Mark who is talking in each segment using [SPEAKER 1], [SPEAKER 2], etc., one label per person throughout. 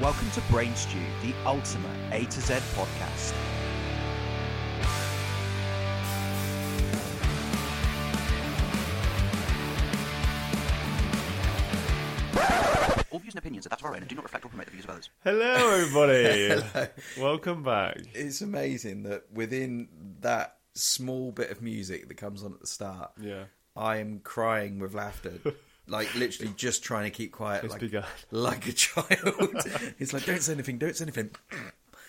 [SPEAKER 1] Welcome to Brain Stew, the ultimate A to Z podcast. All views and opinions are that of our own and do not reflect or promote the views of others.
[SPEAKER 2] Hello, everybody. Welcome back.
[SPEAKER 3] It's amazing that within that small bit of music that comes on at the start,
[SPEAKER 2] Yeah.
[SPEAKER 3] I am crying with laughter. Like literally just trying to keep quiet,
[SPEAKER 2] It's
[SPEAKER 3] like,
[SPEAKER 2] begun.
[SPEAKER 3] like a child. it's like, don't say anything, don't say anything.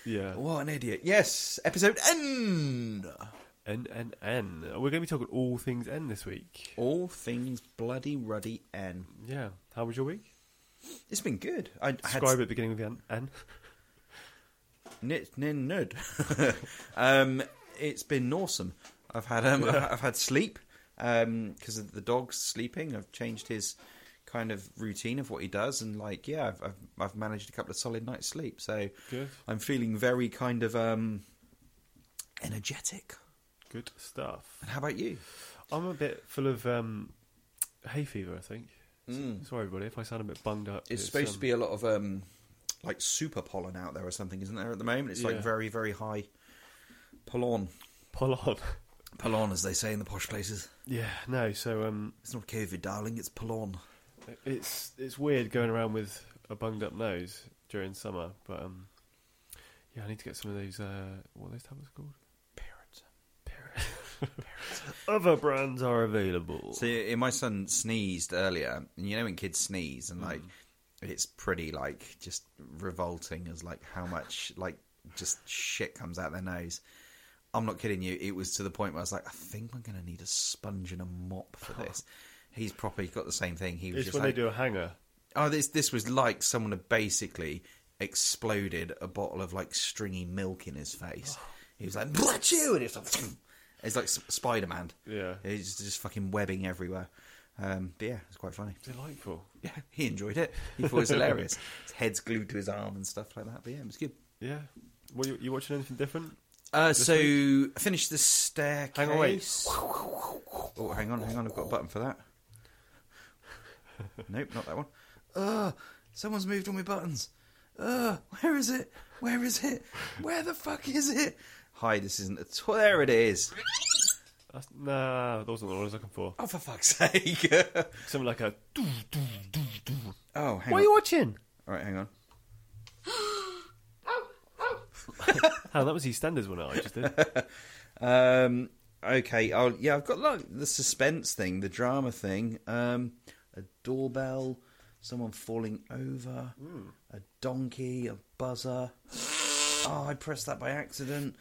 [SPEAKER 2] Yeah.
[SPEAKER 3] What an idiot! Yes, episode N.
[SPEAKER 2] N N N. We're going to be talking all things N this week.
[SPEAKER 3] All things bloody ruddy N.
[SPEAKER 2] Yeah. How was your week?
[SPEAKER 3] It's been good. I I had
[SPEAKER 2] Describe it beginning with the N. N.
[SPEAKER 3] Nit nin nud. um, it's been awesome. I've had um, I've had sleep because of the dog's sleeping. I've changed his kind of routine of what he does, and like yeah, I've I've, I've managed a couple of solid nights sleep. So
[SPEAKER 2] Good.
[SPEAKER 3] I'm feeling very kind of um, energetic.
[SPEAKER 2] Good stuff.
[SPEAKER 3] And how about you?
[SPEAKER 2] I'm a bit full of um, hay fever, I think. S- Sorry, everybody, if I sound a bit bunged up.
[SPEAKER 3] Mm. It's, supposed
[SPEAKER 2] um,
[SPEAKER 3] to be a lot of um, like super pollen out there or something, isn't there? At the moment, it's
[SPEAKER 2] Yeah.
[SPEAKER 3] like very very high pollen,
[SPEAKER 2] pull on.
[SPEAKER 3] pollen as they say in the posh places.
[SPEAKER 2] yeah. No. So um,
[SPEAKER 3] It's not COVID, darling. It's pollen.
[SPEAKER 2] it's it's weird going around with a bunged up nose during summer, but um, yeah, I need to get some of those. Uh, what are those tablets called? Other brands are available.
[SPEAKER 3] So yeah, my son sneezed earlier, and you know when kids sneeze, and like
[SPEAKER 2] Mm.
[SPEAKER 3] it's pretty like just revolting as like how much like just shit comes out their nose. I'm not kidding you. It was to the point where I was like, I think I'm going to need a sponge and a mop for this. He's probably got the same thing. He was
[SPEAKER 2] it's
[SPEAKER 3] just
[SPEAKER 2] when
[SPEAKER 3] like,
[SPEAKER 2] they do a hanger.
[SPEAKER 3] oh, this this was like someone had basically exploded a bottle of like stringy milk in his face. He was like, "Blech you!" and it's like, it's like Spider Man.
[SPEAKER 2] Yeah.
[SPEAKER 3] It's just fucking webbing everywhere. Um, but yeah, it's quite funny.
[SPEAKER 2] Delightful.
[SPEAKER 3] Yeah, he enjoyed it. He thought it was hilarious. His head's glued to his arm and stuff like that. But yeah, it was good.
[SPEAKER 2] Yeah. What you, you watching anything different?
[SPEAKER 3] Uh, so I finished the staircase.
[SPEAKER 2] Hang on, wait.
[SPEAKER 3] Oh, hang on, hang on. I've got a button for that. nope, not that one. Ugh, someone's moved all my buttons. Ugh, where is it? Where is it? Where the fuck is it? Hi, this isn't a toy. There it is.
[SPEAKER 2] That's, nah, that wasn't what I was looking for.
[SPEAKER 3] Oh, for fuck's sake.
[SPEAKER 2] Something like a.
[SPEAKER 3] oh,
[SPEAKER 2] What
[SPEAKER 3] hang
[SPEAKER 2] are
[SPEAKER 3] on.
[SPEAKER 2] you watching?
[SPEAKER 3] All right, hang on.
[SPEAKER 2] Oh, that was EastEnders one I just did.
[SPEAKER 3] Um, okay, I'll, yeah, I've got like the suspense thing, the drama thing, um, a doorbell, someone falling over, a donkey, a buzzer. Oh, I pressed that by accident.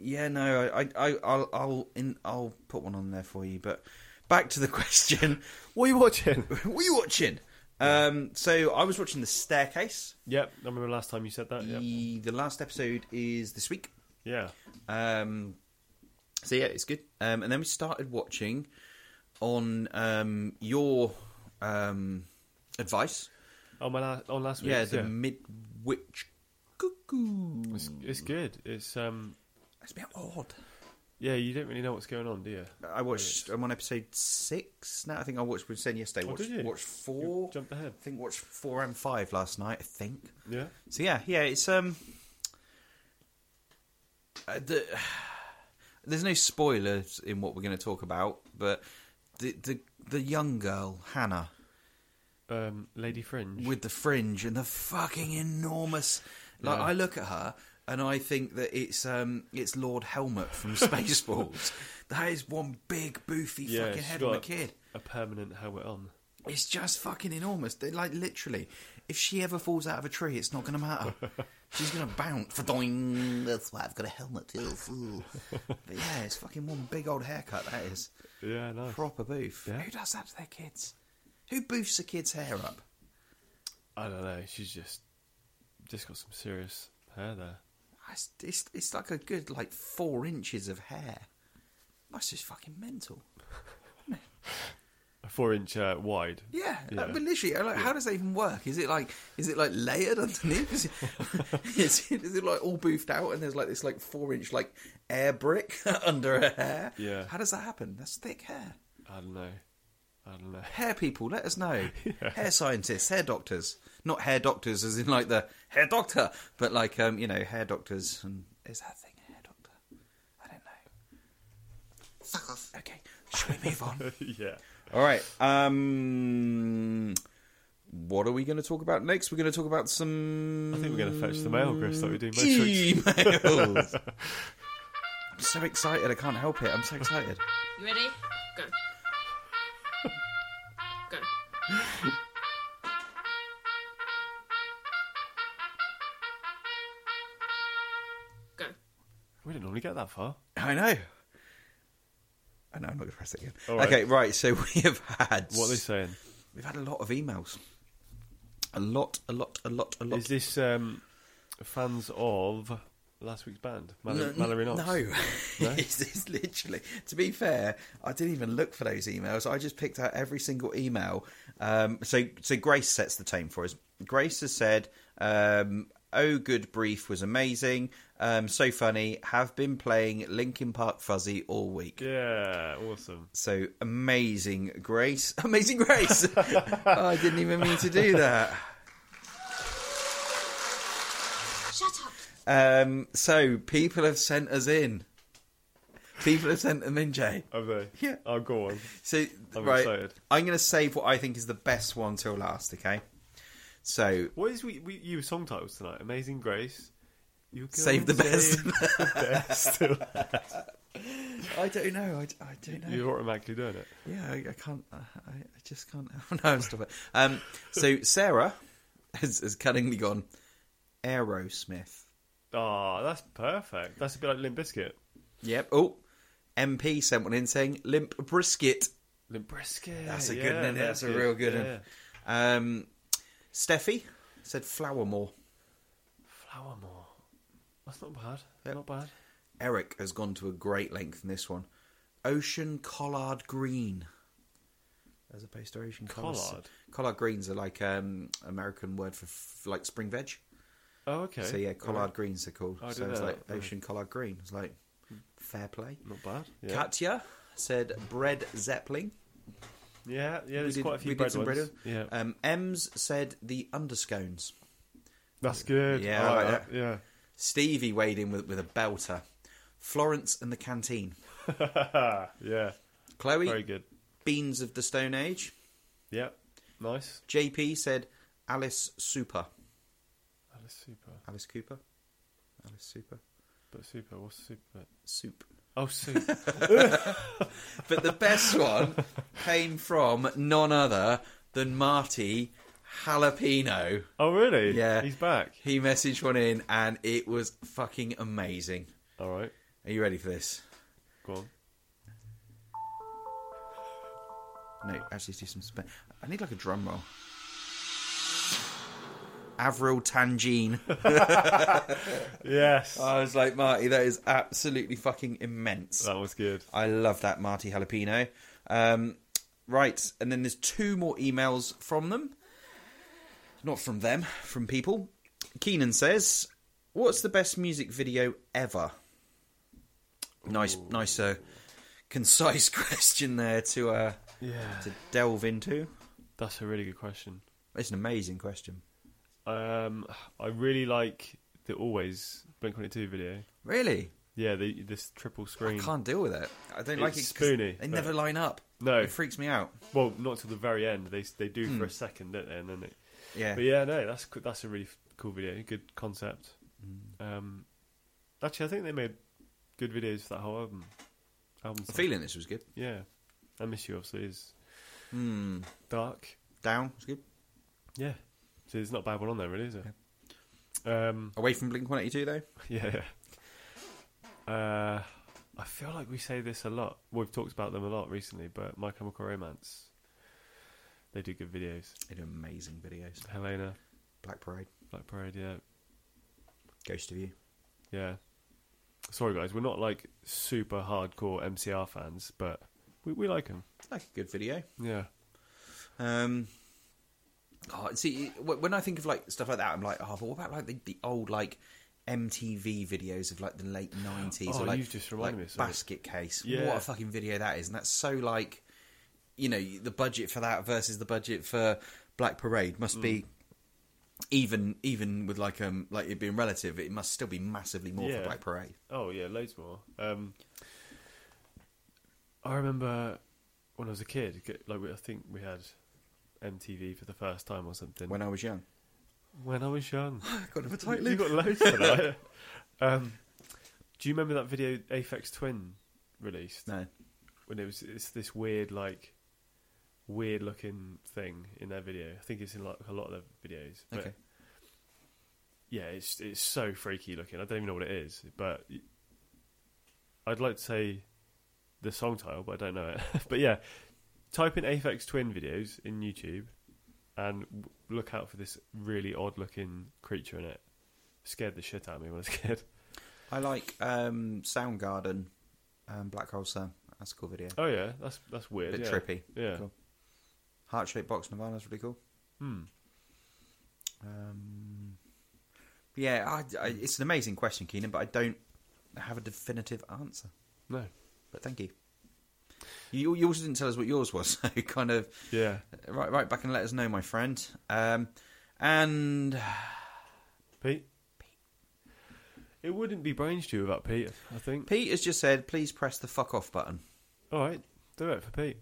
[SPEAKER 3] Yeah, no, I, I, I I'll, I'll, in, I'll put one on there for you. But back to the question:
[SPEAKER 2] what are you watching?
[SPEAKER 3] What are you watching? Um, so I was watching The Staircase.
[SPEAKER 2] yep, I remember last time you said that. Yep.
[SPEAKER 3] The, the last episode is this week.
[SPEAKER 2] Yeah.
[SPEAKER 3] Um, so yeah, it's good. Um, and then we started watching on um, your um, advice.
[SPEAKER 2] Oh, my last, on last week.
[SPEAKER 3] Yeah, the Midwich Cuckoo.
[SPEAKER 2] It's, it's good. It's um.
[SPEAKER 3] That's a bit odd.
[SPEAKER 2] Yeah, you don't really know what's going on, do you?
[SPEAKER 3] I watched. I'm on episode six now. I think I watched. We said yesterday.
[SPEAKER 2] Oh,
[SPEAKER 3] Watched,
[SPEAKER 2] did you?
[SPEAKER 3] watched four.
[SPEAKER 2] You jumped ahead.
[SPEAKER 3] I think watched four and five last night. I think.
[SPEAKER 2] Yeah.
[SPEAKER 3] So yeah, yeah, it's um, uh, the, there's no spoilers in what we're going to talk about, but the the the young girl Hannah
[SPEAKER 2] Um, Lady Fringe.
[SPEAKER 3] with the fringe and the fucking enormous, like
[SPEAKER 2] Yeah.
[SPEAKER 3] I look at her and I think that it's um it's Lord Helmet from Spaceballs. that is one big boofy
[SPEAKER 2] yeah,
[SPEAKER 3] fucking
[SPEAKER 2] she's
[SPEAKER 3] head
[SPEAKER 2] got
[SPEAKER 3] on a
[SPEAKER 2] a-
[SPEAKER 3] kid.
[SPEAKER 2] A permanent helmet on.
[SPEAKER 3] It's just fucking enormous. They like literally, if she ever falls out of a tree, it's not going to matter. She's going to bounce for doing. That's why I've got a helmet too. fool. but yeah, it's fucking one big old haircut. That is
[SPEAKER 2] Yeah, nice.
[SPEAKER 3] proper boof.
[SPEAKER 2] Yeah.
[SPEAKER 3] Who does that to their kids? Who boofs a kid's hair up?
[SPEAKER 2] I don't know. She's just just got some serious hair there.
[SPEAKER 3] It's, it's, it's like a good like four inches of hair. That's just fucking mental.
[SPEAKER 2] A four inch uh, wide.
[SPEAKER 3] Yeah,
[SPEAKER 2] Yeah.
[SPEAKER 3] Like, but literally, uh, like, how does that even work? Is it like, is it like layered underneath? Is it, is it, is it like all boofed out and there's like this like four inch like air brick under her hair?
[SPEAKER 2] Yeah.
[SPEAKER 3] How does that happen? That's thick hair.
[SPEAKER 2] I don't know. I don't know.
[SPEAKER 3] Hair people, let us know. Hair scientists, hair doctors. not hair doctors as in like the hair doctor, but like um, you know, hair doctors and is that thing a hair doctor? I don't know. Fuck off. Okay. Shall we move on?
[SPEAKER 2] yeah.
[SPEAKER 3] All right. Um, what are we going to talk about next? We're going to talk about some.
[SPEAKER 2] I think we're going to fetch the mail, Chris, like we do Matrix.
[SPEAKER 3] emails. I'm so excited. I can't help it. I'm so excited.
[SPEAKER 4] You ready? Go. Go. Go.
[SPEAKER 2] We didn't normally get that far.
[SPEAKER 3] I know. I know. I'm not going to press it again.
[SPEAKER 2] All right.
[SPEAKER 3] Okay. Right. So we have had.
[SPEAKER 2] What are they saying?
[SPEAKER 3] We've had a lot of emails. A lot. A lot. A lot. A lot.
[SPEAKER 2] Is this um, fans of last week's band, Mal-
[SPEAKER 3] No,
[SPEAKER 2] Mallory Knox?
[SPEAKER 3] No, it's, it's literally. To be fair, I didn't even look for those emails. I just picked out every single email. Um, so, so Grace sets the tone for us. Grace has said, um, "Oh, good brief was amazing. Um, so funny. Have been playing Linkin Park Fuzzy all week."
[SPEAKER 2] Yeah, awesome.
[SPEAKER 3] So amazing, Grace. Amazing Grace. I didn't even mean to do that.
[SPEAKER 4] Shut up.
[SPEAKER 3] Um, so people have sent us in. People have sent them in, Jay.
[SPEAKER 2] Have they?
[SPEAKER 3] Yeah.
[SPEAKER 2] Oh, go on.
[SPEAKER 3] So
[SPEAKER 2] I'm
[SPEAKER 3] right,
[SPEAKER 2] excited.
[SPEAKER 3] I'm going to save what I think is the best one till last. Okay, so
[SPEAKER 2] What is we, we you song titles tonight? Amazing Grace. You go
[SPEAKER 3] Save the
[SPEAKER 2] and
[SPEAKER 3] best.
[SPEAKER 2] save the best.
[SPEAKER 3] I don't know. I, I don't know.
[SPEAKER 2] You're automatically doing it.
[SPEAKER 3] Yeah, I, I can't. I, I I just can't. oh, no, stop it. Um, so Sarah has, has cunningly gone Aerosmith.
[SPEAKER 2] Oh, that's perfect. That's a bit like Limp Biscuit.
[SPEAKER 3] Yep. Oh, MP sent one in saying limp brisket.
[SPEAKER 2] Limp Biscuit.
[SPEAKER 3] That's a
[SPEAKER 2] yeah,
[SPEAKER 3] good one. innit? That's, a real good
[SPEAKER 2] yeah.
[SPEAKER 3] one. Um, Steffi said Flowermore.
[SPEAKER 2] Flowermore. That's not bad.
[SPEAKER 3] Yep.
[SPEAKER 2] Not bad.
[SPEAKER 3] Eric has gone to a great length in this one. Ocean Collard Green. As opposed to Ocean
[SPEAKER 2] Collard?
[SPEAKER 3] Collard Greens are like um American word for f- like spring veg.
[SPEAKER 2] Oh, okay.
[SPEAKER 3] So yeah, Collard
[SPEAKER 2] Alright.
[SPEAKER 3] Greens are called.
[SPEAKER 2] Oh, I
[SPEAKER 3] so
[SPEAKER 2] didn't
[SPEAKER 3] it's
[SPEAKER 2] know
[SPEAKER 3] like
[SPEAKER 2] that.
[SPEAKER 3] Ocean Collard Green. It's like fair play.
[SPEAKER 2] Not bad. Yeah.
[SPEAKER 3] Katya said bread zeppelin.
[SPEAKER 2] Yeah, yeah.
[SPEAKER 3] we
[SPEAKER 2] There's
[SPEAKER 3] did,
[SPEAKER 2] quite a few
[SPEAKER 3] we
[SPEAKER 2] bread
[SPEAKER 3] did some
[SPEAKER 2] ones.
[SPEAKER 3] bread.
[SPEAKER 2] Yeah,
[SPEAKER 3] Um, Ems said the underscones.
[SPEAKER 2] that's good.
[SPEAKER 3] yeah, I
[SPEAKER 2] I like
[SPEAKER 3] like
[SPEAKER 2] that. Yeah.
[SPEAKER 3] Stevie weighed in with with a belter. Florence and the canteen.
[SPEAKER 2] yeah,
[SPEAKER 3] Chloe
[SPEAKER 2] very good.
[SPEAKER 3] beans of the Stone Age.
[SPEAKER 2] Yeah, nice.
[SPEAKER 3] JP said Alice Super.
[SPEAKER 2] That is super,
[SPEAKER 3] Alice Cooper? Alice Super?
[SPEAKER 2] but super. What's super?
[SPEAKER 3] Soup.
[SPEAKER 2] Oh, super.
[SPEAKER 3] But the best one came from none other than Marty Jalapeno.
[SPEAKER 2] oh, really?
[SPEAKER 3] Yeah.
[SPEAKER 2] he's back.
[SPEAKER 3] He messaged one in and it was fucking amazing.
[SPEAKER 2] All right,
[SPEAKER 3] Are you ready for this?
[SPEAKER 2] go on.
[SPEAKER 3] No, actually, do some. Spe- I need like a drum roll. Avril Tangine.
[SPEAKER 2] Yes,
[SPEAKER 3] I was like, Marty, that is absolutely fucking immense.
[SPEAKER 2] that was good.
[SPEAKER 3] I love that Marty Jalapeno. Um, right, and then there's two more emails from them. Not from them, from people. Keenan says, "What's the best music video ever?" Nice, nice, uh, concise question there to uh,
[SPEAKER 2] Yeah,
[SPEAKER 3] to delve into.
[SPEAKER 2] that's a really good question.
[SPEAKER 3] It's an amazing question.
[SPEAKER 2] Um, I really like the always Blink One Eight Two video.
[SPEAKER 3] Really,
[SPEAKER 2] Yeah, the, this triple screen.
[SPEAKER 3] I can't deal with it. I don't like it.
[SPEAKER 2] It's
[SPEAKER 3] 'cause
[SPEAKER 2] spoony,
[SPEAKER 3] They
[SPEAKER 2] but-
[SPEAKER 3] never line up.
[SPEAKER 2] No.
[SPEAKER 3] it freaks me out.
[SPEAKER 2] Well, not to the very end. They they do for a second, don't they? And then it.
[SPEAKER 3] Hmm. Yeah,
[SPEAKER 2] But yeah, no, that's co- that's a really f- cool video. Good concept.
[SPEAKER 3] Hmm.
[SPEAKER 2] Um, actually, I think they made good videos for that whole album. Album.
[SPEAKER 3] I'm
[SPEAKER 2] song.
[SPEAKER 3] feeling this was good.
[SPEAKER 2] Yeah, I miss you. Obviously, is
[SPEAKER 3] Hmm.
[SPEAKER 2] dark.
[SPEAKER 3] Down, it's good.
[SPEAKER 2] Yeah, so there's not a bad one on there, really, is it? Um,
[SPEAKER 3] Away from Blink One Eighty Two though.
[SPEAKER 2] yeah. yeah. Uh, I feel like we say this a lot. We've talked about them a lot recently, but My Chemical Romance. They do good videos.
[SPEAKER 3] They do amazing videos.
[SPEAKER 2] Helena,
[SPEAKER 3] Black Parade,
[SPEAKER 2] Black Parade, yeah,
[SPEAKER 3] Ghost of You.
[SPEAKER 2] Yeah. Sorry, guys, we're not like super hardcore MCR fans, but we, we like them.
[SPEAKER 3] Like a good video.
[SPEAKER 2] Yeah.
[SPEAKER 3] Um, oh, see, wh- when I think of like stuff like that, I'm like, oh, but what about like the, the old like MTV videos of like the late nineties?
[SPEAKER 2] Oh,
[SPEAKER 3] or, like,
[SPEAKER 2] you've just reminded
[SPEAKER 3] like
[SPEAKER 2] me of something.
[SPEAKER 3] Basket Case. What
[SPEAKER 2] Yeah.
[SPEAKER 3] a fucking video that is, and that's so like, you know, the budget for that versus the budget for Black Parade must be
[SPEAKER 2] Mm.
[SPEAKER 3] even even with like um like it being relative, it must still be massively more
[SPEAKER 2] Yeah.
[SPEAKER 3] for Black Parade.
[SPEAKER 2] Oh yeah, loads more. Um, I remember when I was a kid, g- like we- I think we had MTV for the first time or something.
[SPEAKER 3] When I was young,
[SPEAKER 2] when I was young,
[SPEAKER 3] I got a tight
[SPEAKER 2] you got loads tonight. um, do you remember that video Aphex Twin released?
[SPEAKER 3] No,
[SPEAKER 2] When it was it's this weird like weird looking thing in their video. I think it's in like a lot of their videos. But
[SPEAKER 3] okay.
[SPEAKER 2] yeah, it's it's so freaky looking. I don't even know what it is, but y- I'd like to say the song title, but I don't know it. but yeah, type in Aphex Twin videos in YouTube and w- look out for this really odd looking creature in it. Scared the shit out of me when I was a kid.
[SPEAKER 3] I like um Soundgarden, um, Black Hole Sun. That's a cool video.
[SPEAKER 2] Oh yeah, that's that's weird.
[SPEAKER 3] Bit
[SPEAKER 2] yeah.
[SPEAKER 3] trippy.
[SPEAKER 2] Yeah.
[SPEAKER 3] Cool. Heart shaped box Nirvana's really cool.
[SPEAKER 2] Hmm.
[SPEAKER 3] Um, yeah, I, I, it's an amazing question, Keenan, but I don't have a definitive answer.
[SPEAKER 2] No.
[SPEAKER 3] But thank you. You, you also didn't tell us what yours was, so kind of
[SPEAKER 2] Yeah.
[SPEAKER 3] right, right back and let us know, my friend. Um, and
[SPEAKER 2] Pete. It wouldn't be brain stew without Pete. I think.
[SPEAKER 3] Pete has just said, please press the fuck off button.
[SPEAKER 2] All right, do it for Pete.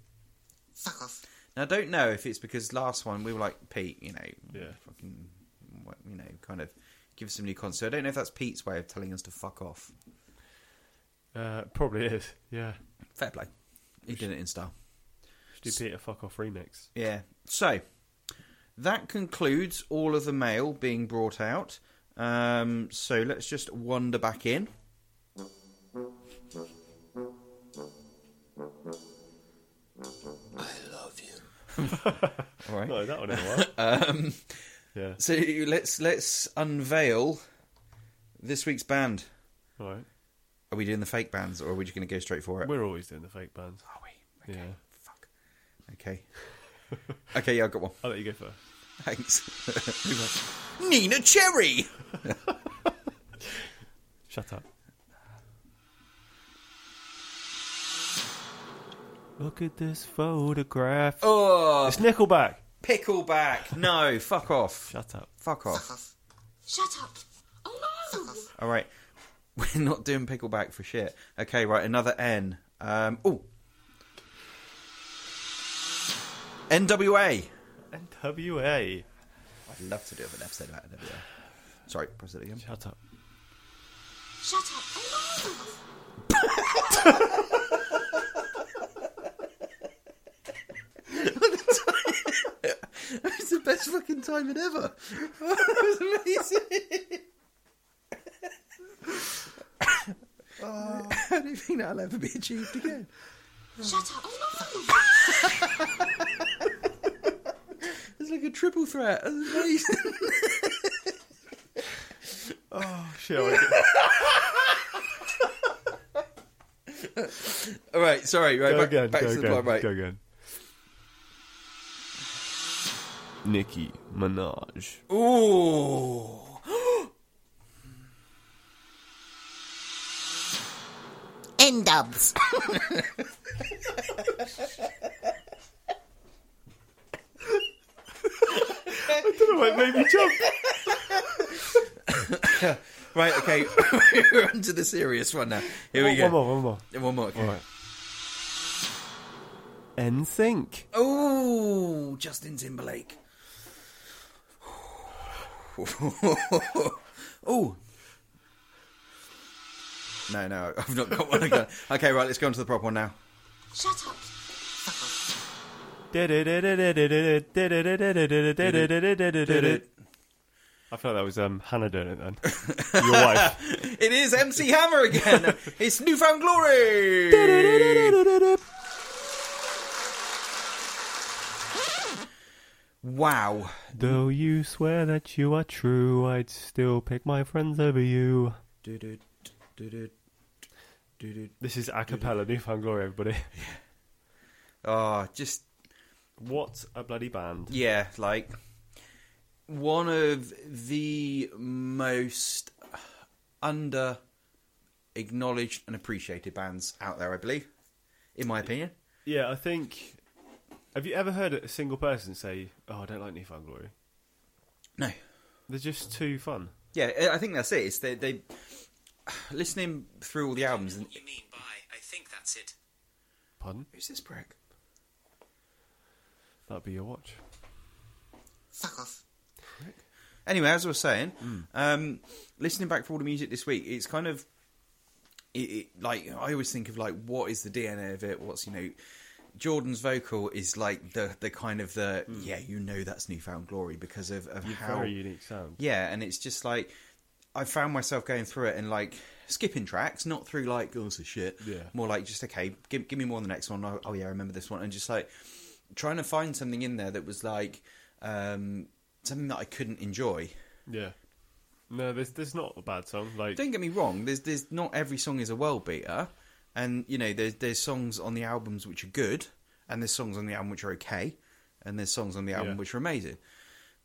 [SPEAKER 3] Fuck off. Now, I don't know if it's because last one we were like Pete, you know,
[SPEAKER 2] Yeah.
[SPEAKER 3] fucking, what- you know, kind of give us some new content. So I don't know if that's Pete's way of telling us to fuck off.
[SPEAKER 2] Uh, probably is. Yeah.
[SPEAKER 3] Fair play, he did it in style.
[SPEAKER 2] Should do Peter fuck off remix.
[SPEAKER 3] Yeah. So that concludes all of the mail being brought out. Um, so let's just wander back in. I love you. all right.
[SPEAKER 2] No, that one in a while.
[SPEAKER 3] Um,
[SPEAKER 2] yeah.
[SPEAKER 3] so let's let's unveil this week's band.
[SPEAKER 2] All right.
[SPEAKER 3] Are we doing the fake bands, or are we just going to go straight for it?
[SPEAKER 2] We're always doing the fake bands.
[SPEAKER 3] Are we? Okay.
[SPEAKER 2] Yeah.
[SPEAKER 3] Fuck. Okay. okay. Yeah, I got one.
[SPEAKER 2] I'll let you go first.
[SPEAKER 3] Thanks. Nina Cherry.
[SPEAKER 2] Shut up. Look at this photograph.
[SPEAKER 3] Oh,
[SPEAKER 2] It's Nickelback.
[SPEAKER 3] pickleback. No, fuck off.
[SPEAKER 2] Shut up.
[SPEAKER 3] Fuck off.
[SPEAKER 4] Shut up. Oh no!
[SPEAKER 3] All right, we're not doing pickleback for shit. Okay, right. Another N. Um. Oh. NWA.
[SPEAKER 2] NWA.
[SPEAKER 3] I'd love to do an episode about NWA. Sorry, press it again.
[SPEAKER 2] Shut up.
[SPEAKER 4] Shut up. Oh no!
[SPEAKER 3] It's the best fucking timing ever. That was amazing. I don't think that'll ever be achieved again.
[SPEAKER 4] Shut up. Oh no!
[SPEAKER 3] It's like a triple threat. That's amazing.
[SPEAKER 2] Oh, shit. I did-
[SPEAKER 3] All right, sorry. Right,
[SPEAKER 2] go
[SPEAKER 3] back,
[SPEAKER 2] again.
[SPEAKER 3] back
[SPEAKER 2] go
[SPEAKER 3] to the
[SPEAKER 2] again.
[SPEAKER 3] plot. Right.
[SPEAKER 2] Go again. Nicki Minaj.
[SPEAKER 3] Ooh.
[SPEAKER 5] N dubs.
[SPEAKER 2] It made me jump.
[SPEAKER 3] Right, okay. We're on to the serious one now. Here we
[SPEAKER 2] One,
[SPEAKER 3] go.
[SPEAKER 2] one more, one more.
[SPEAKER 3] One more.
[SPEAKER 2] All
[SPEAKER 3] Okay.
[SPEAKER 2] right. NSYNC.
[SPEAKER 3] Ooh, Oh, Justin Timberlake. Ooh. No, no, I've not got one again. Okay, right, let's go on to the proper one now.
[SPEAKER 4] Shut up.
[SPEAKER 2] I feel like that was um, Hannah doing it then. Your wife.
[SPEAKER 3] It is MC Hammer again. it's Newfound Glory. Wow.
[SPEAKER 2] Though you swear that you are true, I'd still pick my friends over you. This is a cappella, Newfound Glory, everybody.
[SPEAKER 3] Oh, just
[SPEAKER 2] What a bloody band.
[SPEAKER 3] yeah, like one of the most under acknowledged and appreciated bands out there, I believe, in my opinion.
[SPEAKER 2] Yeah, I think. Have you ever heard a single person say, Oh, I don't like Newfound Glory?
[SPEAKER 3] No,
[SPEAKER 2] They're just too fun.
[SPEAKER 3] Yeah, I- I think that's it. It's they, they listening through all the albums. And,
[SPEAKER 6] What you mean by I think that's it?
[SPEAKER 2] Pardon?
[SPEAKER 3] Who's this prick?
[SPEAKER 2] That'd be your watch.
[SPEAKER 5] Fuck off.
[SPEAKER 3] Anyway, as I was saying,
[SPEAKER 2] Hmm.
[SPEAKER 3] um, listening back for all the music this week, it's kind of it, it, like I always think of like what is the DNA of it? What's you know, Jordan's vocal is like the the kind of the yeah you know that's newfound glory because of of how
[SPEAKER 2] Hmm. Very unique sound.
[SPEAKER 3] Yeah, and it's just like I found myself going through it and like skipping tracks, not through like oh this is shit.
[SPEAKER 2] Yeah.
[SPEAKER 3] More like just okay, give, give me more on the next one. Oh, oh yeah, I remember this one, and just like trying to find something in there that was like um, something that I couldn't enjoy.
[SPEAKER 2] Yeah. No, there's there's not a bad song. Like
[SPEAKER 3] Don't get me wrong. There's there's not every song is a world beater, and you know there's there's songs on the albums which are good, and there's songs on the album which are okay, and there's songs on the album
[SPEAKER 2] Yeah.
[SPEAKER 3] which are amazing.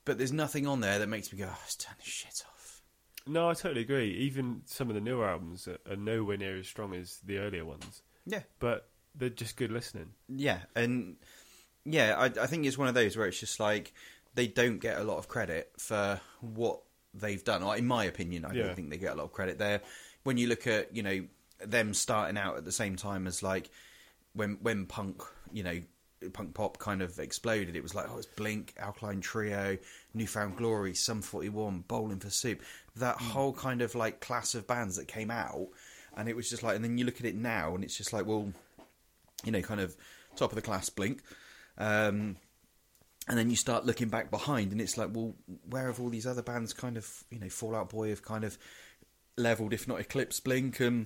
[SPEAKER 3] But there's nothing on there that makes me go, oh, let's turn this shit off.
[SPEAKER 2] No, I totally agree. Even some of the newer albums are- are nowhere near as strong as the earlier ones.
[SPEAKER 3] Yeah.
[SPEAKER 2] But they're just good listening.
[SPEAKER 3] Yeah, and yeah, I, I think it's one of those where it's just like they don't get a lot of credit for what they've done. Or in my opinion, I
[SPEAKER 2] Yeah.
[SPEAKER 3] don't think they get a lot of credit there. When you look at you know them starting out at the same time as like when when punk you know punk pop kind of exploded, it was like oh it's Blink, Alkaline Trio, Newfound Glory, Sum Forty One, Bowling for Soup, that whole kind of like class of bands that came out. And it was just like, and then you look at it now, and it's just like, well, you know, kind of top of the class blink. Um, and then you start looking back behind, and it's like, well, where have all these other bands kind of, you know, Fallout Boy have kind of leveled, if not eclipsed Blink, and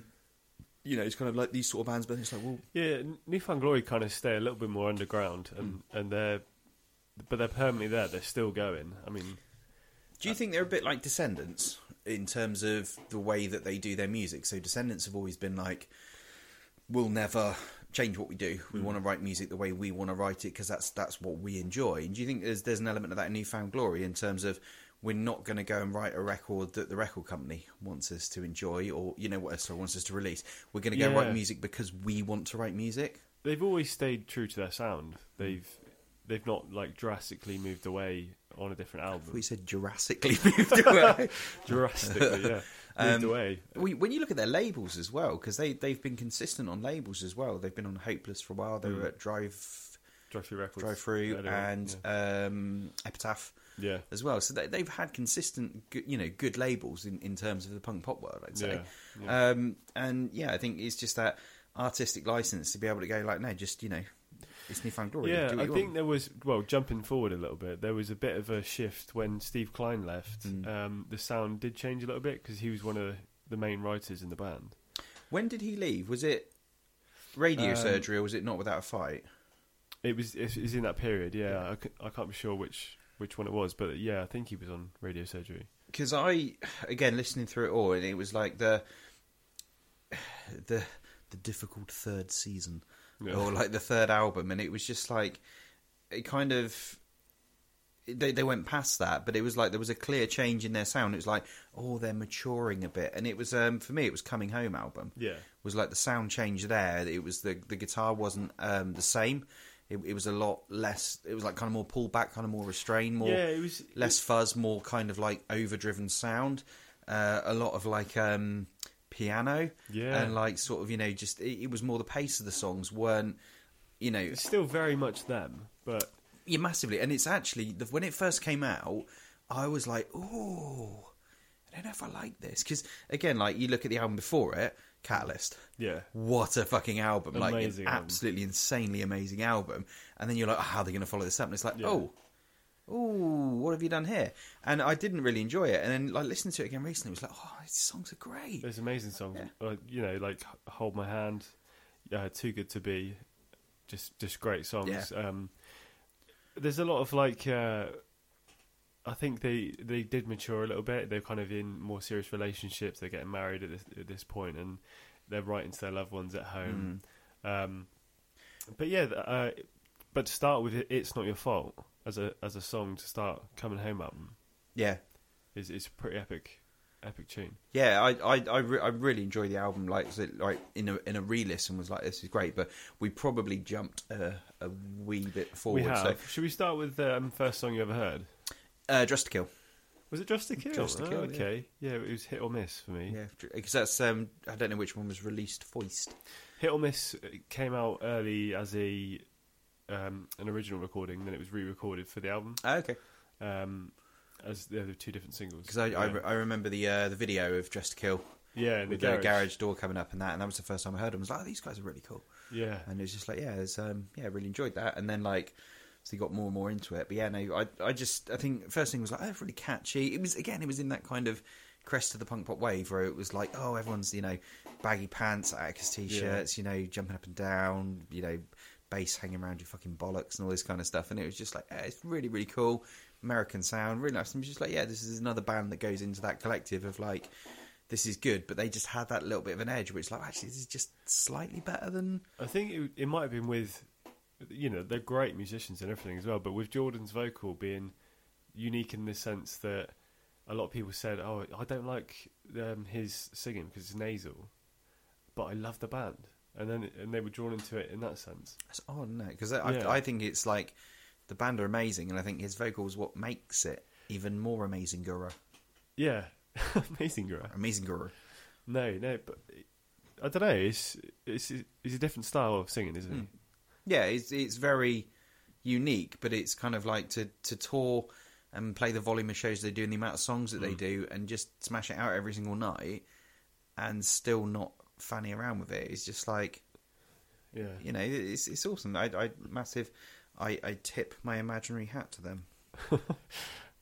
[SPEAKER 3] you know, it's kind of like these sort of bands, but it's like, well,
[SPEAKER 2] Yeah, Newfound Glory kind of stay a little bit more underground, and and they're but they're permanently there. They're still going. I mean,
[SPEAKER 3] do you think they're a bit like Descendants in terms of the way that they do their music? So Descendants have always been like, we'll never change what we do. We want to write music the way we want to write it because that's that's what we enjoy. And do you think there's there's an element of that in newfound glory in terms of we're not going to go and write a record that the record company wants us to enjoy or you know what sorry, wants us to release. We're going to go
[SPEAKER 2] Yeah.
[SPEAKER 3] write music because we want to write music.
[SPEAKER 2] they've always stayed true to their sound.
[SPEAKER 3] Mm.
[SPEAKER 2] They've they've not like drastically moved away on a different
[SPEAKER 3] We
[SPEAKER 2] album.
[SPEAKER 3] said Jurassically moved away.
[SPEAKER 2] Drastically, yeah, moved
[SPEAKER 3] Um,
[SPEAKER 2] away.
[SPEAKER 3] We, when you look at their labels as well, because they they've been consistent on labels as well. They've been on Hopeless for a while. They were at Drive
[SPEAKER 2] Drive through records,
[SPEAKER 3] Drive Through
[SPEAKER 2] earlier Mm. on,
[SPEAKER 3] and
[SPEAKER 2] yeah.
[SPEAKER 3] um, Epitaph.
[SPEAKER 2] Yeah.
[SPEAKER 3] as well. So they, they've had consistent, good, you know, good labels in, in terms of the punk pop world. I'd say. Um, and yeah, I think it's just that artistic license to be able to go like, no, just you know, it's newfound glory.
[SPEAKER 2] Yeah,
[SPEAKER 3] do what
[SPEAKER 2] I
[SPEAKER 3] you
[SPEAKER 2] think
[SPEAKER 3] want.
[SPEAKER 2] there was well jumping forward a little bit. There was a bit of a shift when Steve Klein left.
[SPEAKER 3] Mm.
[SPEAKER 2] Um, the sound did change a little bit because he was one of the main writers in the band.
[SPEAKER 3] When did he leave? Was it radio
[SPEAKER 2] Um,
[SPEAKER 3] surgery or was it not without a fight?
[SPEAKER 2] It was it was in that period. Yeah, I c- I, can't be sure which which one it was, but yeah, I think he was on radio surgery.
[SPEAKER 3] because I again listening through it all, and it was like the the the difficult third season
[SPEAKER 2] Yeah.
[SPEAKER 3] or like the third album, and it was just like it kind of. They they went past that, but it was like there was a clear change in their sound. It was like, oh, they're maturing a bit, and it was um for me it was coming home album.
[SPEAKER 2] Yeah.
[SPEAKER 3] was like the sound change there. It was the the guitar wasn't um the same. It, it was a lot less. It was like kind of more pulled back, kind of more restrained, more
[SPEAKER 2] Yeah, it was-
[SPEAKER 3] less fuzz, more kind of like overdriven sound. Uh, a lot of like um, piano,
[SPEAKER 2] Yeah.
[SPEAKER 3] and like sort of you know just it, it was more the pace of the songs weren't you know
[SPEAKER 2] It's still very much them, but
[SPEAKER 3] yeah massively. And it's actually the, when it first came out, I was like, oh, I don't know if I like this because again, like you look at the album before it, Catalyst.
[SPEAKER 2] yeah,
[SPEAKER 3] What a fucking album! like an
[SPEAKER 2] Amazing album.
[SPEAKER 3] absolutely insanely amazing album. And then you're like, oh, how are they going to follow this up? And it's like,
[SPEAKER 2] Yeah.
[SPEAKER 3] oh, oh, what have you done here? And I didn't really enjoy it. And then like listening to it again recently, it was like, oh, these songs are great.
[SPEAKER 2] there's amazing songs. Uh, you know, like H- "Hold My Hand," uh, "Too Good to Be," just just great songs.
[SPEAKER 3] Yeah.
[SPEAKER 2] Um, there's a lot of like, uh, I think they they did mature a little bit. They're kind of in more serious relationships. They're getting married at this, at this point, and they're writing to their loved ones at home. Um, but yeah, th- uh, but to start with, it, it's not your fault as a as a song to start coming home album
[SPEAKER 3] Yeah,
[SPEAKER 2] is is a pretty epic, epic tune.
[SPEAKER 3] yeah. I I I, re- I really enjoyed the album. Like so, like in a in a re-listen was like this is great. But we probably jumped a, a wee bit forward.
[SPEAKER 2] we have.
[SPEAKER 3] So
[SPEAKER 2] Should we start with the um, first song you ever heard?
[SPEAKER 3] uh, Dress to Kill.
[SPEAKER 2] Was it Just to Kill?
[SPEAKER 3] Just to
[SPEAKER 2] Oh,
[SPEAKER 3] Kill, yeah.
[SPEAKER 2] okay. Yeah. it was hit or miss for me.
[SPEAKER 3] Yeah, because that's um, I don't know which one was released first.
[SPEAKER 2] Hit or Miss uh, came out early as a um, an original recording, then it was re-recorded for the album
[SPEAKER 3] Ah, okay,
[SPEAKER 2] um, as the other two different singles.
[SPEAKER 3] because I,
[SPEAKER 2] yeah.
[SPEAKER 3] I, re- I remember the uh, the video of Just to Kill
[SPEAKER 2] yeah, in
[SPEAKER 3] with
[SPEAKER 2] the garage.
[SPEAKER 3] garage door coming up and that, and that was the first time I heard them. I was like, oh, these guys are really cool,
[SPEAKER 2] Yeah,
[SPEAKER 3] and it was just like, yeah, it's, um, yeah, I really enjoyed that. And then like, so you got more and more into it. But yeah, no, I I just I think first thing was like, oh, it's really catchy. It was again, it was in that kind of crest of the punk pop wave where it was like, oh, everyone's you know baggy pants, Atticus t-shirts, you know, jumping up and down, you know. Bass hanging around your fucking bollocks and all this kind of stuff, and it was just like eh, it's really, really cool, American sound, really nice. And it was just like, yeah, this is another band that goes into that collective of like, this is good, but they just had that little bit of an edge, which like actually this is just slightly better than
[SPEAKER 2] I think it, it might have been with, you know, they're great musicians and everything as well, but with Jordan's vocal being unique in the sense that a lot of people said, "Oh, I don't like um, his singing because it's nasal," but I love the band, and then and they were drawn into it in that sense.
[SPEAKER 3] That's odd, isn't it? Because I,
[SPEAKER 2] Yeah.
[SPEAKER 3] I, I think it's like the band are amazing, and I think his vocal is what makes it even more amazing. Guru,
[SPEAKER 2] Yeah, amazing, girl.
[SPEAKER 3] amazing Guru.
[SPEAKER 2] No, no, but I don't know. It's it's it's a different style of singing, isn't it?
[SPEAKER 3] Yeah, it's it's very unique, but it's kind of like to to tour and play the volume of shows they do and the amount of songs that they do, and just smash it out every single night, and still not fanny around with it. It's just like
[SPEAKER 2] Yeah.
[SPEAKER 3] you know, it's it's awesome. I, I massive. I, I tip my imaginary hat to them.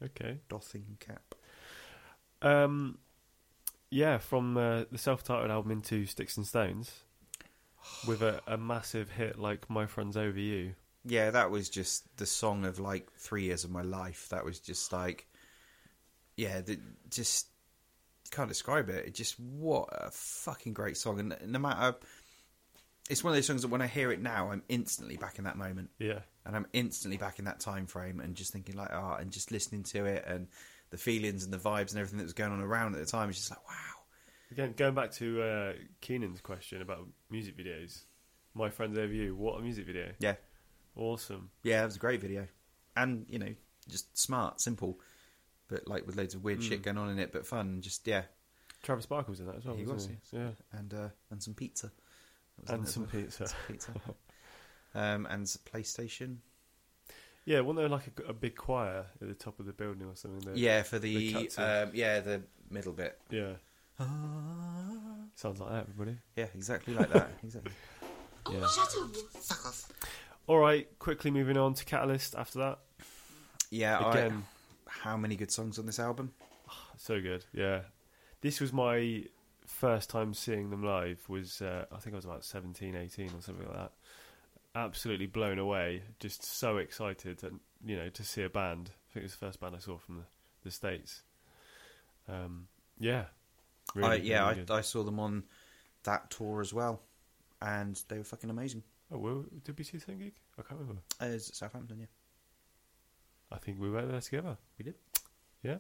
[SPEAKER 2] Okay.
[SPEAKER 3] Dothing cap.
[SPEAKER 2] Um, yeah, from uh, the self-titled album into Sticks and Stones, with a, a massive hit like "My Friends Over You."
[SPEAKER 3] Yeah, that was just the song of like three years of my life. That was just like, yeah, the, just can't describe it. It just what a fucking great song, and no matter, it's one of those songs that when I hear it now, I'm instantly back in that moment,
[SPEAKER 2] Yeah,
[SPEAKER 3] and I'm instantly back in that time frame, and just thinking like, ah, and just listening to it, and the feelings and the vibes and everything that was going on around at the time. It's just like, wow,
[SPEAKER 2] again, going back to uh, Keenan's question about music videos, "My Friends Over You," what a music video!
[SPEAKER 3] yeah,
[SPEAKER 2] Awesome.
[SPEAKER 3] yeah, it was a great video, and you know, just smart, simple, but like with loads of weird
[SPEAKER 2] Mm.
[SPEAKER 3] shit going on in it, but fun, and just yeah.
[SPEAKER 2] Travis Barker's in that as well.
[SPEAKER 3] He
[SPEAKER 2] wasn't
[SPEAKER 3] was,
[SPEAKER 2] he? yeah.
[SPEAKER 3] and uh, and some pizza. That was
[SPEAKER 2] And
[SPEAKER 3] in there as
[SPEAKER 2] some
[SPEAKER 3] well.
[SPEAKER 2] pizza.
[SPEAKER 3] Some pizza. um, and s- PlayStation.
[SPEAKER 2] Yeah, wasn't there like a, a big choir at the top of the building or something? There?
[SPEAKER 3] Yeah, for
[SPEAKER 2] the
[SPEAKER 3] the
[SPEAKER 2] cuts of-
[SPEAKER 3] um, yeah the middle bit.
[SPEAKER 2] yeah.
[SPEAKER 3] Ah.
[SPEAKER 2] Sounds like that, everybody.
[SPEAKER 3] Yeah, exactly like that. exactly.
[SPEAKER 4] Oh, Shut up.
[SPEAKER 5] fuck off.
[SPEAKER 2] All right, quickly moving on to Catalyst. After that,
[SPEAKER 3] Yeah. I-
[SPEAKER 2] Again.
[SPEAKER 3] how many good songs on this album?
[SPEAKER 2] So good, yeah. This was my first time seeing them live. Was uh, I think I was about 17, 18 or something like that. Absolutely blown away. Just so excited, and you know, to see a band. I think it was the first band I saw from the, the states. Um, yeah, really,
[SPEAKER 3] I, yeah,
[SPEAKER 2] really good.
[SPEAKER 3] I, I saw them on that tour as well, and they were fucking amazing.
[SPEAKER 2] oh, well, did we see the same gig? I can't remember.
[SPEAKER 3] Uh, is it Southampton, yeah.
[SPEAKER 2] I think we were there together.
[SPEAKER 3] We did.
[SPEAKER 2] Yeah,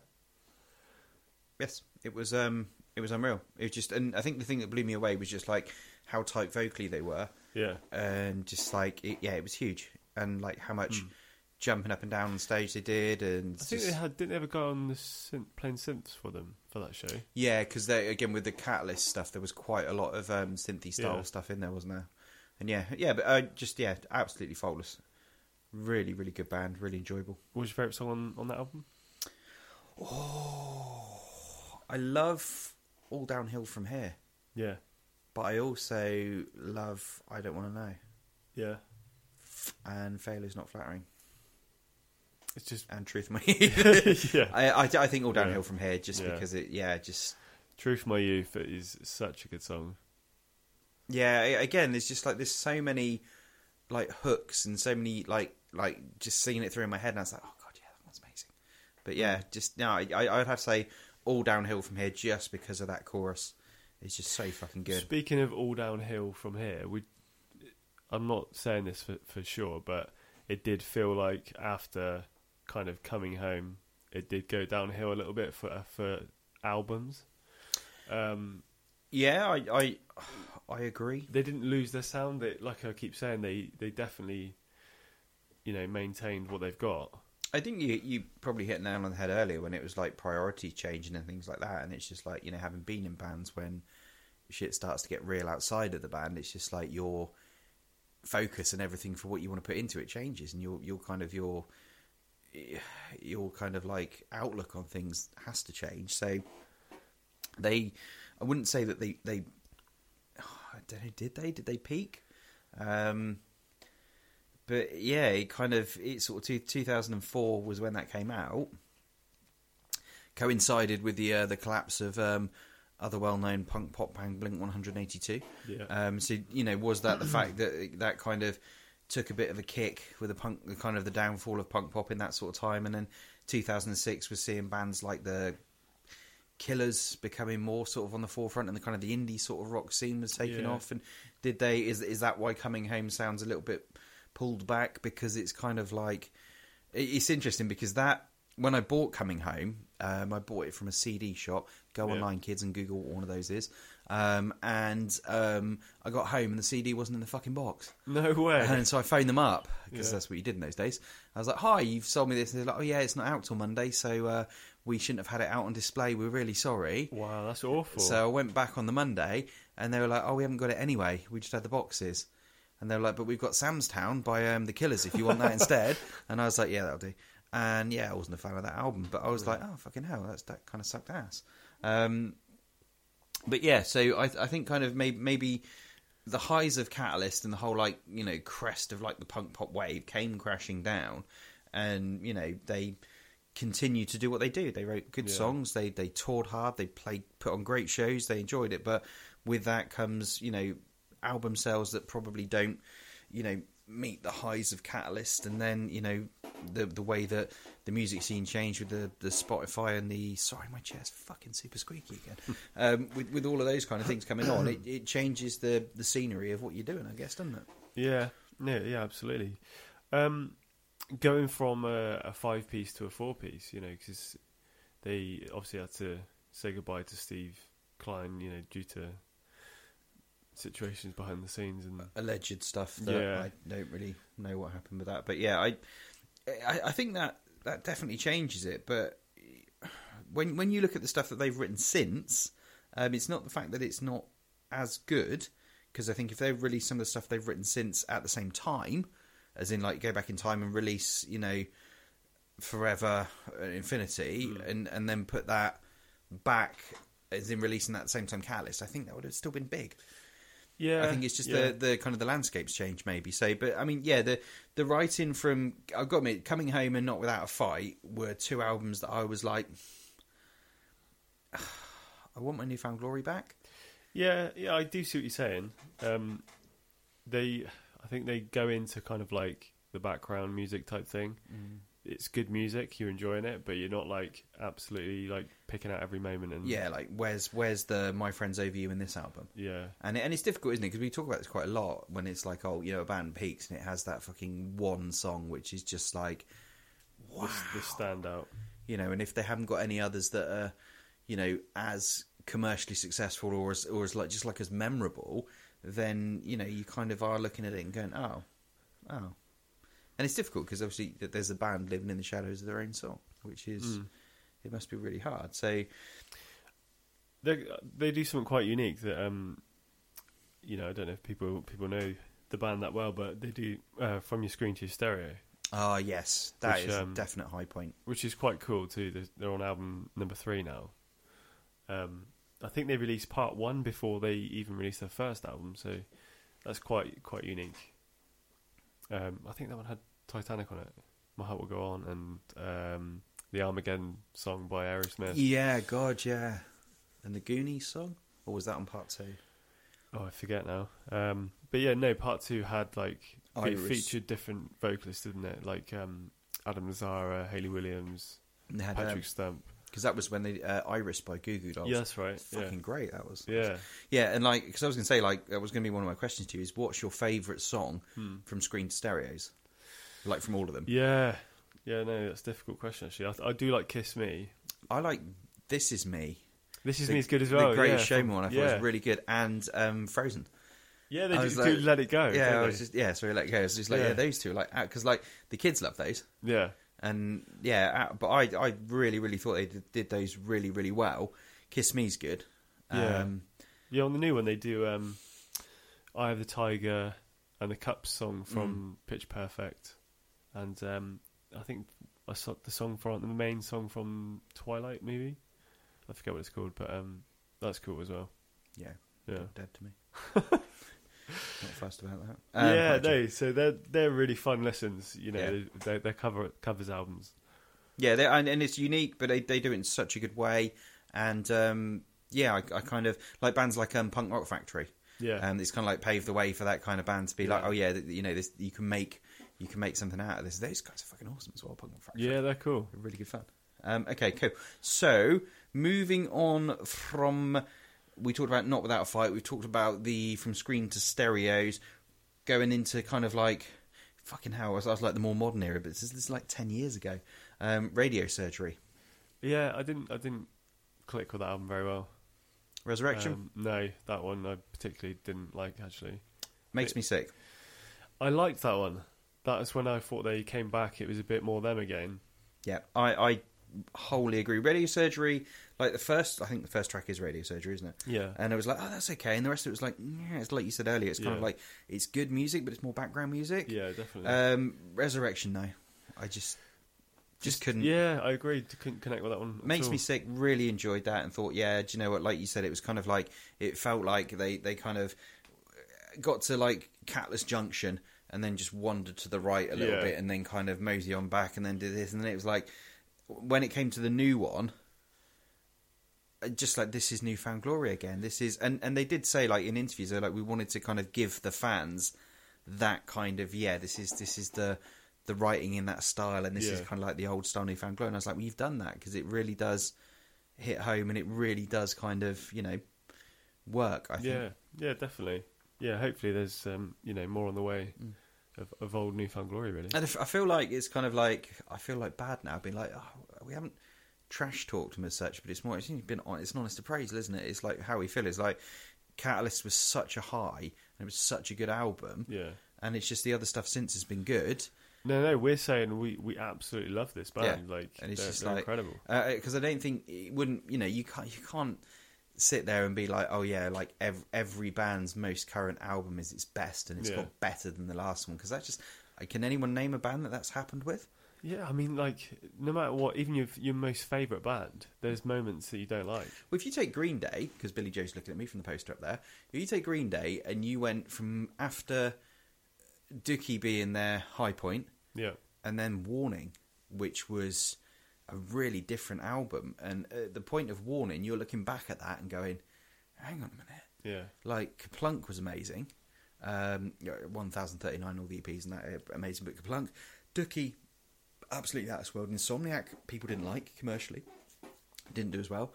[SPEAKER 3] Yes, it was. Um, it was unreal. It was just, and I think the thing that blew me away was just like how tight vocally they were.
[SPEAKER 2] yeah,
[SPEAKER 3] and just like it, yeah, it was huge, and like how much jumping up and down on stage they did, and
[SPEAKER 2] Hmm. I think
[SPEAKER 3] just-
[SPEAKER 2] they had didn't they ever go on the synth, playing synths for them for that show.
[SPEAKER 3] yeah, because they again with the catalyst stuff, there was quite a lot of um, synthy style
[SPEAKER 2] Yeah.
[SPEAKER 3] stuff in there, wasn't there? And yeah, yeah, but uh, just yeah, absolutely faultless. Really, really good band, really enjoyable.
[SPEAKER 2] What was your favorite song on, on that album?
[SPEAKER 3] I love All Downhill from Here,
[SPEAKER 2] Yeah,
[SPEAKER 3] but I also love I Don't Want to Know
[SPEAKER 2] yeah.
[SPEAKER 3] and Failure's Not Flattering
[SPEAKER 2] It's just
[SPEAKER 3] and Truth My Youth.
[SPEAKER 2] yeah.
[SPEAKER 3] I, I, I think All Downhill
[SPEAKER 2] Yeah.
[SPEAKER 3] from Here just
[SPEAKER 2] Yeah.
[SPEAKER 3] because it, yeah, just
[SPEAKER 2] Truth My Youth is such a good song.
[SPEAKER 3] yeah a- again there's just like there's so many like hooks and so many like like just seeing it through in my head and i was like oh god yeah that one's amazing but yeah
[SPEAKER 2] Mm.
[SPEAKER 3] just no i I- i'd have to say all downhill from here just because of that chorus it's just so fucking good
[SPEAKER 2] Speaking of all downhill from here, we I'm not saying this for, for sure, but it did feel like after kind of coming home, it did go downhill a little bit for for albums. Um,
[SPEAKER 3] yeah i i i agree
[SPEAKER 2] they didn't lose their sound. They, like I keep saying, they they definitely you know maintained what they've got.
[SPEAKER 3] I think you you probably hit an nail on the head earlier when it was like priority changing and things like that, and it's just like you know having been in bands when shit starts to get real outside of the band, it's just like your focus and everything for what you want to put into it changes, and your your kind of your your kind of like outlook on things has to change. So they, I wouldn't say that they they I don't know, did they did they peak? Um, but yeah, it kind of it sort of two, 2004 was when that came out. Coincided with the uh, the collapse of um, other well known punk pop band Blink 182.
[SPEAKER 2] Yeah.
[SPEAKER 3] Um, so you know, was that the fact that it- that kind of took a bit of a kick with the punk, the kind of the downfall of punk pop in that sort of time, and then 2006 was seeing bands like the Killers becoming more sort of on the forefront, and the kind of the indie sort of rock scene was taking
[SPEAKER 2] Yeah.
[SPEAKER 3] off. And did they is is that why Coming Home sounds a little bit pulled back because it's kind of like it- it's interesting because that when I bought Coming Home, um, I bought it from a CD shop. Go
[SPEAKER 2] Yeah.
[SPEAKER 3] online, kids, and Google what one of those is. Um, and um, I got home and the CD wasn't in the fucking box.
[SPEAKER 2] No way.
[SPEAKER 3] And so I phoned them up because
[SPEAKER 2] Yeah.
[SPEAKER 3] that's what you did in those days. I was like, "Hi, you've sold me this." And they're like, "Oh yeah, it's not out till Monday, so uh, we shouldn't have had it out on display. We're really sorry."
[SPEAKER 2] Wow, that's awful.
[SPEAKER 3] So I went back on the Monday, and they were like, "Oh, we haven't got it anyway. We just had the boxes." And they were like, "But we've got Sam's Town by um, the Killers if you want that instead." And I was like, "Yeah, that'll do." And yeah, I wasn't a fan of that album, but I was like, "Oh, fucking hell, that's that kind of sucked ass." Um, but yeah, so I, I think kind of maybe, maybe the highs of Catalyst and the whole like you know crest of like the punk pop wave came crashing down, and you know they continue to do what they do. They wrote good
[SPEAKER 2] Yeah.
[SPEAKER 3] songs. They they toured hard. They played put on great shows. They enjoyed it, but with that comes you know album sales that probably don't you know meet the highs of Catalyst, and then you know the the way that the music scene changed with the the Spotify and the sorry my chair's fucking super squeaky again um, with with all of those kind of things coming on, it, it changes the the scenery of what you're doing, I guess, doesn't it?
[SPEAKER 2] yeah, yeah, yeah, absolutely. Um, going from a, a five piece to a four piece, you know, because they obviously had to say goodbye to Steve Klein, you know, due to situations behind the scenes and
[SPEAKER 3] alleged stuff that
[SPEAKER 2] Yeah.
[SPEAKER 3] I don't really know what happened with that. But yeah, I, I I think that that definitely changes it. But when when you look at the stuff that they've written since, um, it's not the fact that it's not as good because I think if they release some of the stuff they've written since at the same time, as in like go back in time and release, you know, forever and infinity and and then put that back as in releasing that at the same time catalyst i think that would have still been big
[SPEAKER 2] yeah,
[SPEAKER 3] I think it's just
[SPEAKER 2] yeah.
[SPEAKER 3] the, the kind of the landscapes change maybe. So, but I mean, yeah, the the writing from I've got to admit, coming home and not without a fight were two albums that I was like, I want my newfound glory back.
[SPEAKER 2] Yeah, yeah, I do see what you're saying. Um, they, I think they go into kind of like the background music type thing.
[SPEAKER 3] Mm.
[SPEAKER 2] It's good music, you're enjoying it, but you're not like absolutely like picking out every moment and
[SPEAKER 3] Yeah, like where's where's the my friends over you in this album?
[SPEAKER 2] yeah,
[SPEAKER 3] And and it's difficult, isn't it? Because we talk about this quite a lot when it's like, oh, you know, a band peaks and it has that fucking one song which is just like,
[SPEAKER 2] the, the standout.
[SPEAKER 3] you know, and if they haven't got any others that are, you know, as commercially successful or as or as like just like as memorable, then you know you kind of are looking at it and going, oh, oh, and it's difficult because obviously th- there's a band living in the shadows of their own song, which is
[SPEAKER 2] Hmm.
[SPEAKER 3] it must be really hard. So
[SPEAKER 2] They they do something quite unique that um, you know, I don't know if people people know the band that well, but they do uh, from your screen to your stereo,
[SPEAKER 3] ah yes, that is
[SPEAKER 2] Which, um,
[SPEAKER 3] a definite high point.
[SPEAKER 2] which is quite cool too. They're, they're on album number three now. Um, I think they released part one before they even released their first album, so that's quite quite unique. Um, I think that one had Titanic on it. My heart will go on, and um, the Armageddon song by Aerosmith.
[SPEAKER 3] Yeah, God, yeah, and the Goonies song, or was that on part two?
[SPEAKER 2] Oh, I forget now. Um, but yeah, no, part two had like it
[SPEAKER 3] Iris.
[SPEAKER 2] featured different vocalists, didn't it? Like um, Adam Zara, Haley Williams,
[SPEAKER 3] And they had
[SPEAKER 2] Patrick
[SPEAKER 3] because
[SPEAKER 2] Stump.
[SPEAKER 3] that was when they uh, Iris by Goo Goo Dolls.
[SPEAKER 2] Yeah, that's right. Yeah,
[SPEAKER 3] fucking great that was.
[SPEAKER 2] yeah.
[SPEAKER 3] Yeah, and like, because I was going to say, like, that was going to be one of my questions to you is what's your favourite song from Screen to Stereos? Like, from all of them?
[SPEAKER 2] Hmm. Yeah, yeah, no, that's a difficult question actually. I, I do like Kiss Me.
[SPEAKER 3] I like This Is Me.
[SPEAKER 2] This is
[SPEAKER 3] The-
[SPEAKER 2] me as good as well.
[SPEAKER 3] The Great
[SPEAKER 2] yeah.
[SPEAKER 3] Showman one, I thought
[SPEAKER 2] yeah.
[SPEAKER 3] was really good. And um, Frozen.
[SPEAKER 2] Yeah, they
[SPEAKER 3] I
[SPEAKER 2] just
[SPEAKER 3] was
[SPEAKER 2] do
[SPEAKER 3] like-
[SPEAKER 2] let it go.
[SPEAKER 3] yeah,
[SPEAKER 2] don't
[SPEAKER 3] I
[SPEAKER 2] they?
[SPEAKER 3] was just, yeah, so we let go. It's just like,
[SPEAKER 2] Yeah.
[SPEAKER 3] yeah, those two, like, because, like, the kids love those.
[SPEAKER 2] yeah,
[SPEAKER 3] And yeah, uh, but I I really really thought they did- did those really really well. Kiss Me's good.
[SPEAKER 2] Yeah.
[SPEAKER 3] Um,
[SPEAKER 2] Yeah, on the new one they do um, "Eye of the Tiger" and the Cups song from Pitch Perfect, and um, I think I saw the song from the main song from Twilight movie. I forget what it's called, but um, that's cool as well.
[SPEAKER 3] yeah.
[SPEAKER 2] Yeah,
[SPEAKER 3] Dead to me. Not fussed about that. Um,
[SPEAKER 2] yeah,
[SPEAKER 3] right,
[SPEAKER 2] no. So they're they're really fun listens. You know,
[SPEAKER 3] Yeah.
[SPEAKER 2] they they're, they're cover covers albums.
[SPEAKER 3] Yeah, they, and, and it's unique, but they, they do it in such a good way. And um, yeah, I, I kind of like bands like um, Punk Rock Factory.
[SPEAKER 2] Yeah.
[SPEAKER 3] um, it's kind of like paved the way for that kind of band to be like, oh yeah, th- you know, this you can make you can make something out of this. Those guys are fucking awesome as well. Punk Rock Factory,
[SPEAKER 2] Yeah, they're cool.
[SPEAKER 3] They're really good fun. Um, okay, cool. So moving on from, we talked about Not Without a Fight. We talked about the from screen to stereos, going into kind of like fucking hell. I was, I was like the more modern era, but this is, this is like ten years ago. Um, radio surgery.
[SPEAKER 2] Yeah, I didn't I didn't click with that album very well.
[SPEAKER 3] Resurrection
[SPEAKER 2] Um, no, that one I particularly didn't like actually.
[SPEAKER 3] makes me sick.
[SPEAKER 2] I liked that one. That was when I thought they came back. It was a bit more them again.
[SPEAKER 3] Yeah, I, I wholly agree. Radio surgery, like the first, I think the first track is radio surgery, isn't it?
[SPEAKER 2] Yeah.
[SPEAKER 3] And it was like, oh, that's okay. And the rest of it was like, yeah, it's like you said earlier. It's kind of
[SPEAKER 2] Yeah.
[SPEAKER 3] like it's good music, but it's more background music.
[SPEAKER 2] Yeah, definitely.
[SPEAKER 3] Um, Resurrection, no, I just just couldn't.
[SPEAKER 2] yeah, I agreed. Couldn't connect with that one. at
[SPEAKER 3] Makes
[SPEAKER 2] all.
[SPEAKER 3] me sick. Really enjoyed that and thought, yeah, do you know what? Like you said, it was kind of like it felt like they they kind of got to like Catless Junction and then just wandered to the right a little
[SPEAKER 2] Yeah.
[SPEAKER 3] bit and then kind of mosey on back and then did this and then it was like when it came to the new one, uh, just like this is newfound glory again. This is and and they did say like in interviews they're like we wanted to kind of give the fans that kind of yeah this is this is the the writing in that style and this is
[SPEAKER 2] Yeah.
[SPEAKER 3] kind of like the old style newfound glory and I was like well you've done that because it really does hit home and it really does kind of you know work. I think.
[SPEAKER 2] Yeah, yeah, definitely. Yeah, hopefully there's um, you know more on the way of, of old newfound glory. Really.
[SPEAKER 3] Mm. And I f- I feel like it's kind of like I feel like bad now, being like, oh, we haven't trash talked him as such, but it's more it's been on. It's an honest appraisal, isn't it? It's like how we feel. It's like Catalyst was such a high, and it was such a good album,
[SPEAKER 2] Yeah.
[SPEAKER 3] and it's just the other stuff since has been good.
[SPEAKER 2] No, no, we're saying we, we absolutely love this band. Like,
[SPEAKER 3] and it's
[SPEAKER 2] they're,
[SPEAKER 3] just
[SPEAKER 2] they're
[SPEAKER 3] like
[SPEAKER 2] incredible.
[SPEAKER 3] because I don't think it wouldn't you know you can't you can't sit there and be like oh yeah like ev- every band's most current album is its best and it's
[SPEAKER 2] Yeah.
[SPEAKER 3] got better than the last one because that just uh, can anyone name a band that that's happened with
[SPEAKER 2] Yeah, I mean, like, no matter what, even your your most favorite band, there's moments that you don't like.
[SPEAKER 3] Well, if you take Green Day, because Billy Joe's looking at me from the poster up there, if you take Green Day and you went from after Dookie being their high point
[SPEAKER 2] Yeah,
[SPEAKER 3] and then Warning, which was a really different album, and at the point of Warning, you're looking back at that and going, hang on a minute.
[SPEAKER 2] yeah,
[SPEAKER 3] Like, Kaplunk was amazing. Um, you know, 1039, all the EPs and that, uh, amazing, but Kaplunk. Dookie, absolutely out of this world. Insomniac, people didn't like commercially didn't do as well.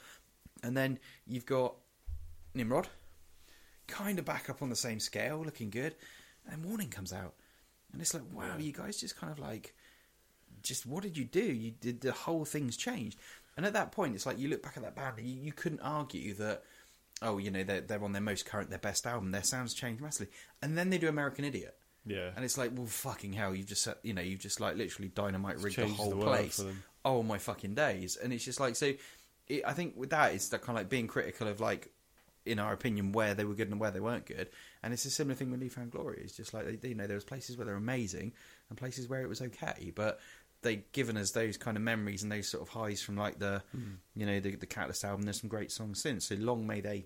[SPEAKER 3] And then you've got Nimrod, kind of back up on the same scale, looking good. And Warning comes out, and it's like, wow, you guys just kind of like, just what did you do? You did the whole thing's changed. And at that point, it's like you look back at that band, and you, you couldn't argue that, oh, you know, they're, they're on their most current, their best album, their sounds changed massively. And then they do American Idiot.
[SPEAKER 2] yeah.
[SPEAKER 3] And it's like, well, fucking hell, you've just, set, you know, you've just like literally dynamite rigged the
[SPEAKER 2] changed
[SPEAKER 3] whole
[SPEAKER 2] the world
[SPEAKER 3] place.
[SPEAKER 2] for them.
[SPEAKER 3] Oh my fucking days! And it's just like, so it, I think with that, it's that kind of like being critical of like, in our opinion, where they were good and where they weren't good. And it's a similar thing with Newfound Glory. It's just like, they- you know, there was places where they're amazing and places where it was okay, but they've given us those kind of memories and those sort of highs from like the,
[SPEAKER 2] Hmm.
[SPEAKER 3] you know, the, the Catalyst album. There's some great songs since. So long may they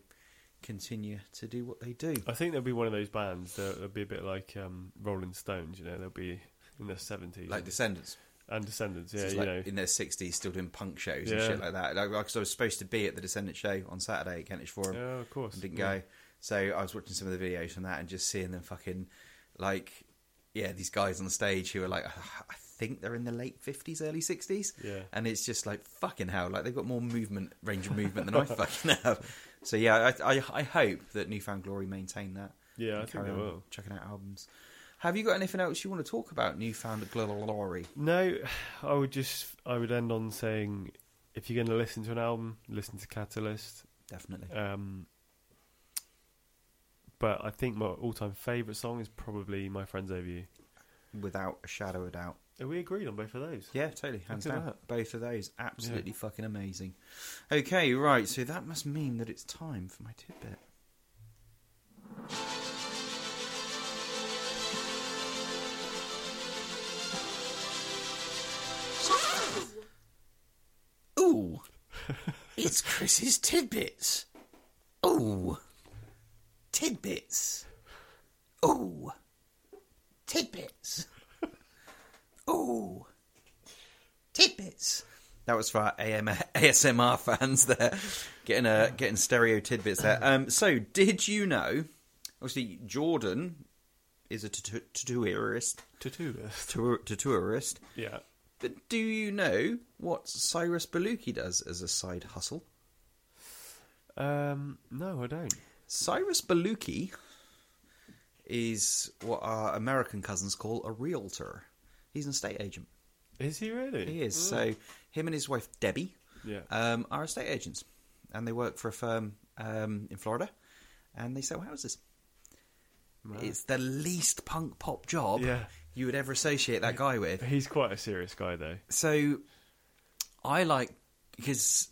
[SPEAKER 3] continue to do what they do.
[SPEAKER 2] I think there'll be one of those bands that will be a bit like um, Rolling Stones. You know, they'll be in their seventies,
[SPEAKER 3] Like Descendants.
[SPEAKER 2] and Descendants. Yeah,
[SPEAKER 3] It's
[SPEAKER 2] you
[SPEAKER 3] like
[SPEAKER 2] know,
[SPEAKER 3] in their sixties, still doing punk shows and
[SPEAKER 2] Yeah.
[SPEAKER 3] shit like that. Like, because I was supposed to be at the Descendant show on Saturday at Kentish Forum,
[SPEAKER 2] Yeah, of course.
[SPEAKER 3] and didn't
[SPEAKER 2] Yeah.
[SPEAKER 3] go. So I was watching some of the videos from that and just seeing them fucking like, yeah, these guys on stage who are like, I think they're in the late fifties, early sixties,
[SPEAKER 2] Yeah.
[SPEAKER 3] and it's just like fucking hell, like they've got more movement, range of movement than I fucking have. So yeah, I, I, I hope that Newfound Glory maintain that.
[SPEAKER 2] Yeah, I
[SPEAKER 3] and
[SPEAKER 2] think
[SPEAKER 3] carry
[SPEAKER 2] they
[SPEAKER 3] on
[SPEAKER 2] will.
[SPEAKER 3] Checking out albums. Have you got anything else you want to talk about? Newfound Glory.
[SPEAKER 2] No, I would just I would end on saying if you're going to listen to an album, listen to Catalyst.
[SPEAKER 3] Definitely.
[SPEAKER 2] Um, but I think my all-time favorite song is probably My Friends Over You.
[SPEAKER 3] without a shadow of doubt.
[SPEAKER 2] Are we agreed on both of those?
[SPEAKER 3] Yeah, totally. Hands
[SPEAKER 2] Look at
[SPEAKER 3] down.
[SPEAKER 2] that.
[SPEAKER 3] Both of those. Absolutely fucking amazing. Okay, right. So that must mean that it's time for my tidbit.
[SPEAKER 7] Ooh, it's Chris's tidbits. Ooh, tidbits. Ooh, tidbits. Ooh, tidbits.
[SPEAKER 3] That was for our AM- ASMR fans there, getting uh, getting stereo tidbits there. Um, so, did you know? Obviously, Jordan is a tattoo- tattooerist.
[SPEAKER 2] Tattooist.
[SPEAKER 3] tattoo- Tattooerist.
[SPEAKER 2] Yeah.
[SPEAKER 3] But do you know what Cyrus Beluki does as a side hustle?
[SPEAKER 2] Um, no, I don't.
[SPEAKER 3] Cyrus Beluki is what our American cousins call a realtor. He's an estate agent.
[SPEAKER 2] Is he really?
[SPEAKER 3] He is. So him and his wife Debbie
[SPEAKER 2] Mm. Yeah.
[SPEAKER 3] um, are estate agents, and they work for a firm um, in Florida, and they sell houses. It's the least punk pop job
[SPEAKER 2] Yeah.
[SPEAKER 3] you would ever associate that guy with.
[SPEAKER 2] He's quite a serious guy, though.
[SPEAKER 3] So I like because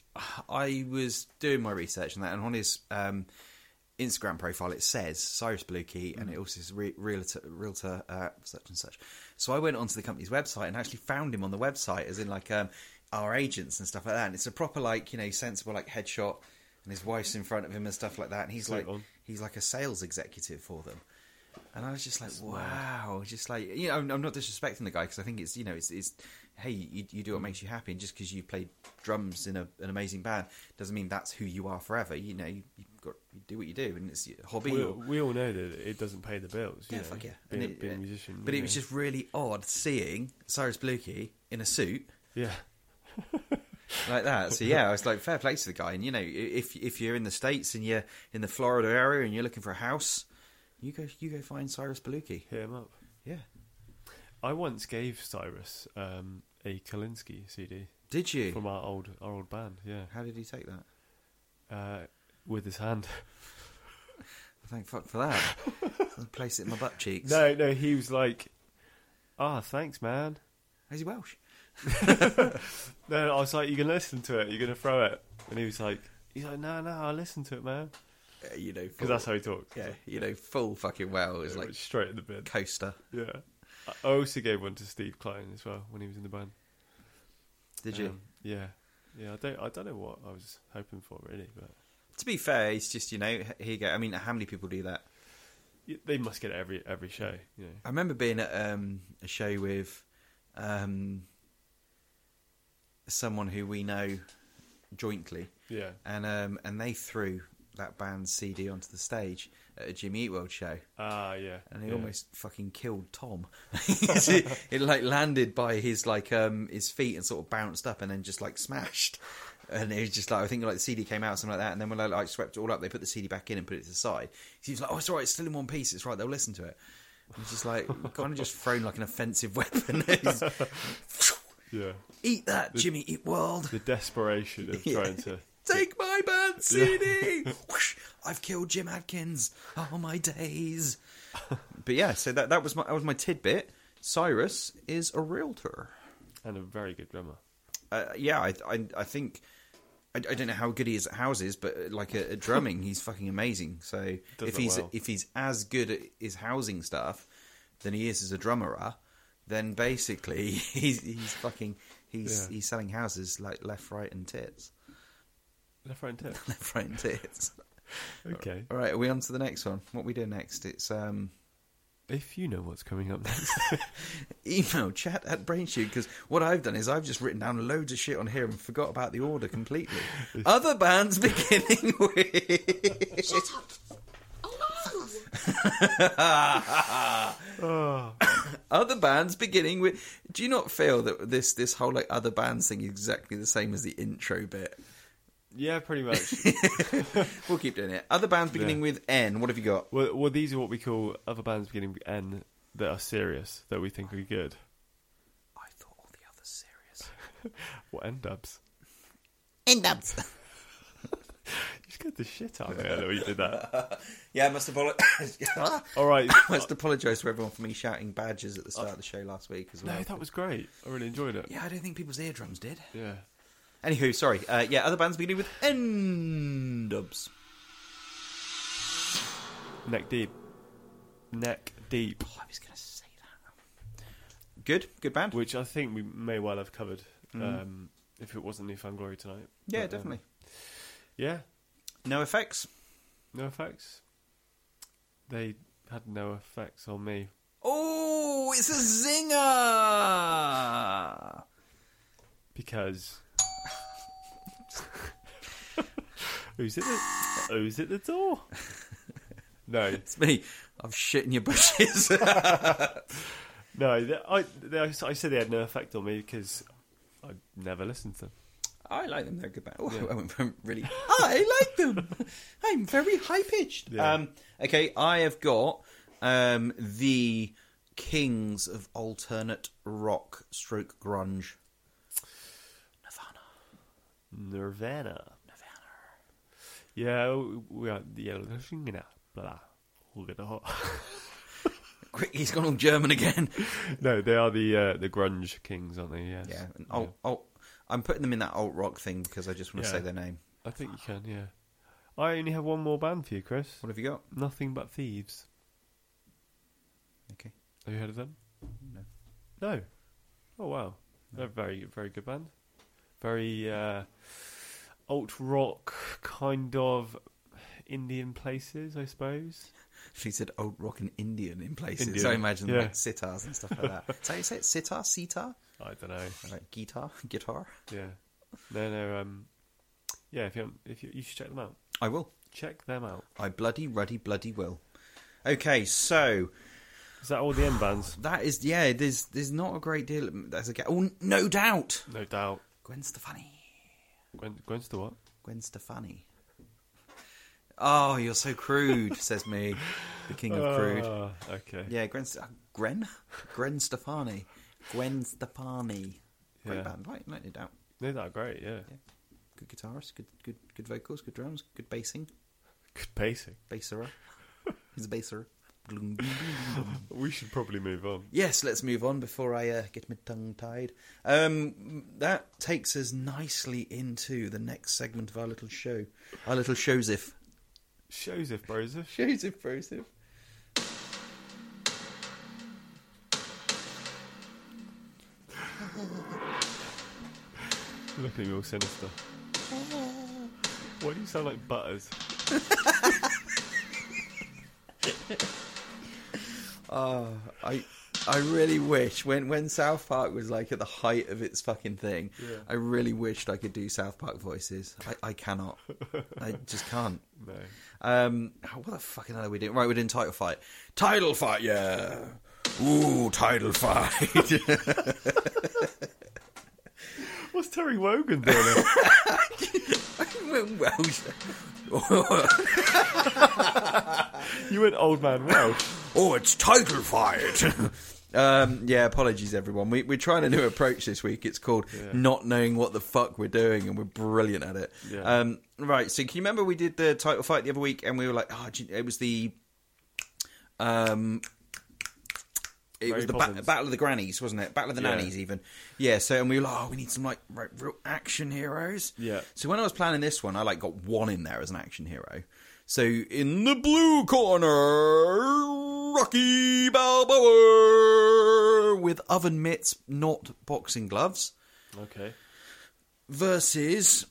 [SPEAKER 3] I was doing my research on that, and on his um, Instagram profile it says Cyrus Beluki, and it also says re- realtor, realtor uh, such and such. So I went onto the company's website and actually found him on the website, as in like um, our agents and stuff like that. And it's a proper like you know sensible like headshot, and his wife's in front of him and stuff like that. And he's
[SPEAKER 2] Suit
[SPEAKER 3] like
[SPEAKER 2] on.
[SPEAKER 3] he's like a sales executive for them. And I was just like, wow, just like you know, I'm, I'm not disrespecting the guy because I think it's you know, it's it's hey, you, you
[SPEAKER 2] Mm.
[SPEAKER 3] do what makes you happy, and just because you played drums in a, an amazing band doesn't mean that's who you are forever. You know, you, you've got you do what you do, and it's your hobby.
[SPEAKER 2] We,
[SPEAKER 3] or,
[SPEAKER 2] we all know that it doesn't pay the bills. You
[SPEAKER 3] yeah,
[SPEAKER 2] know,
[SPEAKER 3] fuck yeah,
[SPEAKER 2] Being,
[SPEAKER 3] And it- uh,
[SPEAKER 2] being a musician.
[SPEAKER 3] But
[SPEAKER 2] you
[SPEAKER 3] it was
[SPEAKER 2] know.
[SPEAKER 3] just really odd seeing Cyrus Blukey in a suit
[SPEAKER 2] Yeah.
[SPEAKER 3] like that. So yeah, I was like, fair play to the guy. And you know, i- if if you're in the states and you're in the Florida area and you're looking for a house, you go you go find Cyrus Beluki.
[SPEAKER 2] Hit him up.
[SPEAKER 3] Yeah.
[SPEAKER 2] I once gave Cyrus um, a Kalinsky CD
[SPEAKER 3] Did you?
[SPEAKER 2] from our old our old band. Yeah.
[SPEAKER 3] How did he take that?
[SPEAKER 2] Uh, with his hand.
[SPEAKER 3] Thank fuck for that. I'll place it in my butt cheeks.
[SPEAKER 2] no, no. He was like, "Ah, thanks, man."
[SPEAKER 3] Is he Welsh?
[SPEAKER 2] No, I was like, "You're gonna listen to it. You're gonna throw it." And he was like, "He's like, no, no, I'll listen to it, man."
[SPEAKER 3] Yeah, Uh, you know,
[SPEAKER 2] Because that's how he talks.
[SPEAKER 3] yeah, you know, full fucking well is
[SPEAKER 2] It
[SPEAKER 3] like
[SPEAKER 2] went straight in the bin.
[SPEAKER 3] coaster.
[SPEAKER 2] Yeah. I I also gave one to Steve Klein as well when he was in the band.
[SPEAKER 3] Did you?
[SPEAKER 2] Um, yeah. Yeah, I don't I don't know what I was hoping for really, but
[SPEAKER 3] to be fair, it's just you know, h- here you go. I mean, how many people do that?
[SPEAKER 2] y- they must get it every every show, you know.
[SPEAKER 3] I remember being at um, a show with um, someone who we know jointly,
[SPEAKER 2] Yeah.
[SPEAKER 3] and um, and they threw that band's CD onto the stage at a Jimmy Eat World show.
[SPEAKER 2] Ah, yeah.
[SPEAKER 3] and he
[SPEAKER 2] yeah.
[SPEAKER 3] almost fucking killed Tom. it, it, like landed by his like um his feet and sort of bounced up and then just like smashed. And it was just like I think like the CD came out something like that, and then when I like swept it all up, they put the CD back in and put it to the side. He was like, "Oh, it's all right, it's still in one piece. It's right, they'll listen to it." And it's just like kind of just thrown like an offensive weapon. It's,
[SPEAKER 2] Yeah.
[SPEAKER 3] eat that, Jimmy Eat World.
[SPEAKER 2] The desperation of
[SPEAKER 3] Yeah.
[SPEAKER 2] trying to
[SPEAKER 3] Take my band CD. Whoosh, I've killed Jim Adkins. Oh my days. but yeah, so that that was my that was my tidbit. Cyrus is a realtor.
[SPEAKER 2] and a very good drummer.
[SPEAKER 3] Uh, yeah, I I, I think. I, I don't know how good he is at houses, but uh, like at, at drumming, he's fucking amazing. So
[SPEAKER 2] Does
[SPEAKER 3] if
[SPEAKER 2] that
[SPEAKER 3] he's
[SPEAKER 2] well.
[SPEAKER 3] if he's as good at his housing stuff than he is as a drummer, then basically he's he's fucking he's
[SPEAKER 2] Yeah.
[SPEAKER 3] he's selling houses like left, right, and tits.
[SPEAKER 2] Left right and tip.
[SPEAKER 3] Left, right, and tits.
[SPEAKER 2] Okay.
[SPEAKER 3] All right, are we on to the next one? What we do next? It's um,
[SPEAKER 2] If you know what's coming up next.
[SPEAKER 3] email chat at BrainShoot because what I've done is I've just written down loads of shit on here and forgot about the order completely. Other bands beginning with.
[SPEAKER 4] Shut up. Oh no.
[SPEAKER 2] oh,
[SPEAKER 3] Other bands beginning with. Do you not feel that this this whole like other bands thing is exactly the same as the intro bit?
[SPEAKER 2] yeah, pretty much.
[SPEAKER 3] We'll keep doing it. Other bands beginning
[SPEAKER 2] Yeah.
[SPEAKER 3] with N. What have you got?
[SPEAKER 2] Well, well, these are what we call other bands beginning with N that are serious that we think are good.
[SPEAKER 3] I thought all the others serious.
[SPEAKER 2] What N dubs?
[SPEAKER 7] End up.
[SPEAKER 2] You just scared the shit out of me earlier when you did that.
[SPEAKER 3] Yeah, I must apologize.
[SPEAKER 2] All right.
[SPEAKER 3] I must apologise to everyone for me shouting badges at the start of the show last week as well.
[SPEAKER 2] No, that was great. I really enjoyed it.
[SPEAKER 3] yeah, I don't think people's eardrums did.
[SPEAKER 2] Yeah.
[SPEAKER 3] Anywho, sorry. Uh, yeah, other bands beginning with N dubs.
[SPEAKER 2] Neck deep. Neck deep.
[SPEAKER 3] Oh, I was going to say that. Good, good band.
[SPEAKER 2] Which I think we may well have covered um, if it wasn't New Found Glory tonight.
[SPEAKER 3] yeah,
[SPEAKER 2] But, um,
[SPEAKER 3] definitely.
[SPEAKER 2] yeah.
[SPEAKER 3] no effects.
[SPEAKER 2] No effects. They had no effects on me.
[SPEAKER 3] Oh, it's a zinger!
[SPEAKER 2] Because. who's at the Who's at the door? No,
[SPEAKER 3] It's me. I'm shitting your bushes.
[SPEAKER 2] no. They, I they, I said they had no effect on me because I never listened to them.
[SPEAKER 3] I like them. They're good band. Oh, I went from really. I like them. I'm very high pitched.
[SPEAKER 2] Yeah.
[SPEAKER 3] Um, okay, I have got um, the kings of alternate rock stroke grunge.
[SPEAKER 2] Nirvana. Nirvana. Yeah, we- we are the yellow Blah. blah. We'll get the hot.
[SPEAKER 3] Quick, he's gone all German again.
[SPEAKER 2] no, they are the uh, the grunge kings, aren't they? Yes.
[SPEAKER 3] yeah, and oh. alt, alt, I'm putting them in that alt rock thing because I just want to
[SPEAKER 2] Yeah.
[SPEAKER 3] say their name.
[SPEAKER 2] I think you can. Yeah. I only have one more band for you, Chris.
[SPEAKER 3] What have you got?
[SPEAKER 2] Nothing but thieves.
[SPEAKER 3] Okay.
[SPEAKER 2] Have you heard of them? No. No. Oh wow, they're a very very good band. Very uh, alt rock kind of Indian places, I suppose.
[SPEAKER 3] She said alt rock and Indian in places.
[SPEAKER 2] Indian,
[SPEAKER 3] I imagine
[SPEAKER 2] yeah.
[SPEAKER 3] like sitars and stuff like that. Is that how you say it? Sitar? Sitar?
[SPEAKER 2] I don't know.
[SPEAKER 3] Like guitar? Guitar?
[SPEAKER 2] Yeah. No, no. Um. Yeah, if you if you, you should check them out.
[SPEAKER 3] I will.
[SPEAKER 2] Check them out.
[SPEAKER 3] I bloody, ruddy, bloody will. Okay, so
[SPEAKER 2] Is that all the end bands?
[SPEAKER 3] that is yeah. There's there's not a great deal. There's a ga- oh no doubt.
[SPEAKER 2] No doubt.
[SPEAKER 3] Gwen Stefani.
[SPEAKER 2] Gwen, Gwen's the what?
[SPEAKER 3] Gwen Stefani. Oh, you're so crude, says me, the king of crude.
[SPEAKER 2] Ah, okay.
[SPEAKER 3] Yeah, Gwen. St- uh, Gren. Gwen Stefani. Gwen Stefani. Great
[SPEAKER 2] Yeah.
[SPEAKER 3] band, right? No, no doubt.
[SPEAKER 2] No, that great. Yeah.
[SPEAKER 3] Yeah. Good guitarist. Good good good vocals. Good drums. Good bassing.
[SPEAKER 2] Good pacing.
[SPEAKER 3] Basser. He's a basser.
[SPEAKER 2] We should probably move on.
[SPEAKER 3] Yes, let's move on before I uh, get my tongue tied. Um, that takes us nicely into the next segment of our little show. Our little Joseph.
[SPEAKER 2] Shows if Broseph.
[SPEAKER 3] Joseph, Joseph.
[SPEAKER 2] Look at me all sinister. Why do you sound like Butters?
[SPEAKER 3] Oh, I I really wish when when South Park was like at the height of its fucking thing, I really wished I could do South Park voices. I, I cannot. I just can't.
[SPEAKER 2] No.
[SPEAKER 3] Um, oh, what the fucking hell are we doing? Right, we're doing title fight. Title fight, yeah. Ooh, title fight.
[SPEAKER 2] What's Terry Wogan doing? here?
[SPEAKER 3] Welsh.
[SPEAKER 2] you went old man Welsh.
[SPEAKER 3] Oh, it's title fight. um, yeah, apologies everyone. We, we're trying a new approach this week. It's called not knowing what the fuck we're doing, and we're brilliant at it.
[SPEAKER 2] Yeah.
[SPEAKER 3] Um, right. So can you remember we did the title fight the other week, and we were like, oh, do you- it was the. Um, it
[SPEAKER 2] Mary
[SPEAKER 3] was the ba-
[SPEAKER 2] Poppins.
[SPEAKER 3] battle of the grannies, wasn't it? Battle of the
[SPEAKER 2] Yeah.
[SPEAKER 3] nannies, even. Yeah. So, and we were like, oh, we need some like right, real action heroes.
[SPEAKER 2] Yeah.
[SPEAKER 3] So when I was planning this one, I like got one in there as an action hero. So in the blue corner, Rocky Balboa with oven mitts, not boxing gloves,
[SPEAKER 2] Okay.
[SPEAKER 3] versus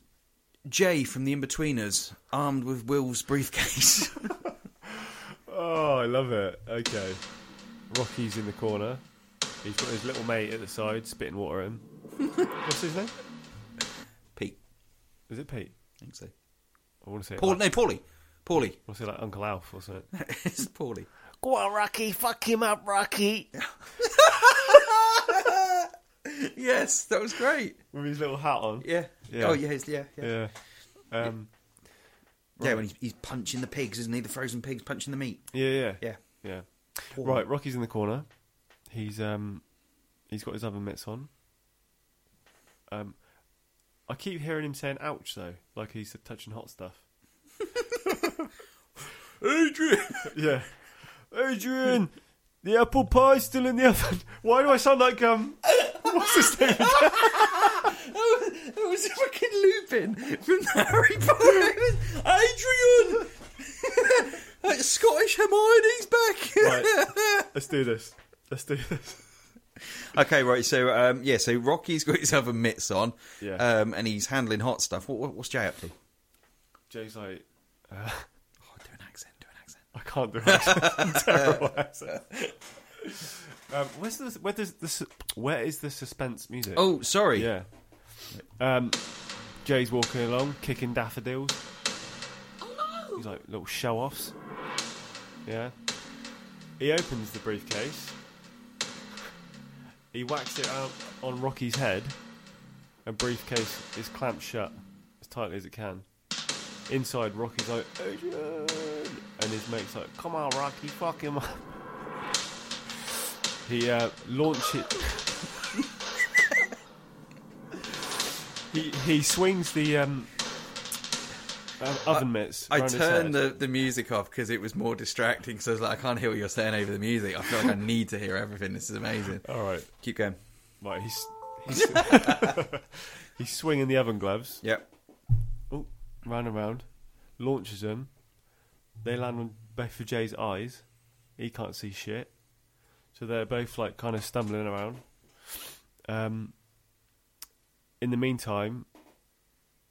[SPEAKER 3] Jay from the Inbetweeners, armed with Will's briefcase.
[SPEAKER 2] Oh, I love it. Okay. Rocky's in the corner. He's got his little mate at the side spitting water at him. What's his name?
[SPEAKER 3] Pete,
[SPEAKER 2] Is it Pete?
[SPEAKER 3] I think so.
[SPEAKER 2] I want to say. it
[SPEAKER 3] Paul,
[SPEAKER 2] like,
[SPEAKER 3] no, Paulie. Paulie.
[SPEAKER 2] I want to say like Uncle Alf or something.
[SPEAKER 3] it's Paulie.
[SPEAKER 2] Go on, Rocky. Fuck him up, Rocky.
[SPEAKER 3] Yes, that was great.
[SPEAKER 2] With his little hat on.
[SPEAKER 3] Yeah.
[SPEAKER 2] Yeah.
[SPEAKER 3] Oh, yeah, it's, yeah, yeah.
[SPEAKER 2] Yeah. Um,
[SPEAKER 3] Yeah, when he's, he's punching the pigs, isn't he? The frozen pigs punching the meat.
[SPEAKER 2] yeah. Yeah.
[SPEAKER 3] Yeah.
[SPEAKER 2] Yeah.
[SPEAKER 3] Poor
[SPEAKER 2] Right, Rocky's in the corner. He's um, he's got his oven mitts on. Um, I keep hearing him saying "ouch" though, like he's touching hot stuff.
[SPEAKER 3] Adrian!
[SPEAKER 2] Yeah. Adrian, the apple pie's still in the oven. Why do I sound like um? What's his name?
[SPEAKER 3] That was fucking Lupin from Harry Potter. Adrian! Scottish Hermione's back.
[SPEAKER 2] Right. Let's do this. Let's do this.
[SPEAKER 3] Okay, right. So, um, yeah. So Rocky's got his other mitts on,
[SPEAKER 2] Yeah.
[SPEAKER 3] um, and he's handling hot stuff. What, what, what's Jay up to? Oh,
[SPEAKER 2] Jay's like,
[SPEAKER 3] do an accent. Do an accent.
[SPEAKER 2] I can't do an accent. Terrible accent. Um, where's the where does the su- where is the suspense music?
[SPEAKER 3] Oh, sorry.
[SPEAKER 2] yeah. Um, Jay's walking along, kicking daffodils.
[SPEAKER 4] Oh
[SPEAKER 2] He's like little show offs. Yeah. He opens the briefcase. He whacks it out on Rocky's head. And briefcase is clamped shut as tightly as it can. Inside, Rocky's like, Adrian! And his mate's like, come on, Rocky, fuck him up. He uh, launches. he, he swings the um, um, oven mitts.
[SPEAKER 3] I
[SPEAKER 2] round his head.
[SPEAKER 3] turned the, the music off because it was more distracting. Because I was like, I can't hear what you're saying over the music. I feel like I need to hear everything. This is amazing.
[SPEAKER 2] All right.
[SPEAKER 3] Keep going.
[SPEAKER 2] Right, he's he's, he's swinging the oven gloves.
[SPEAKER 3] Yep.
[SPEAKER 2] Oh, round and round, launches them. They land on both of Jay's eyes. He can't see shit, so they're both like kind of stumbling around. Um. In the meantime,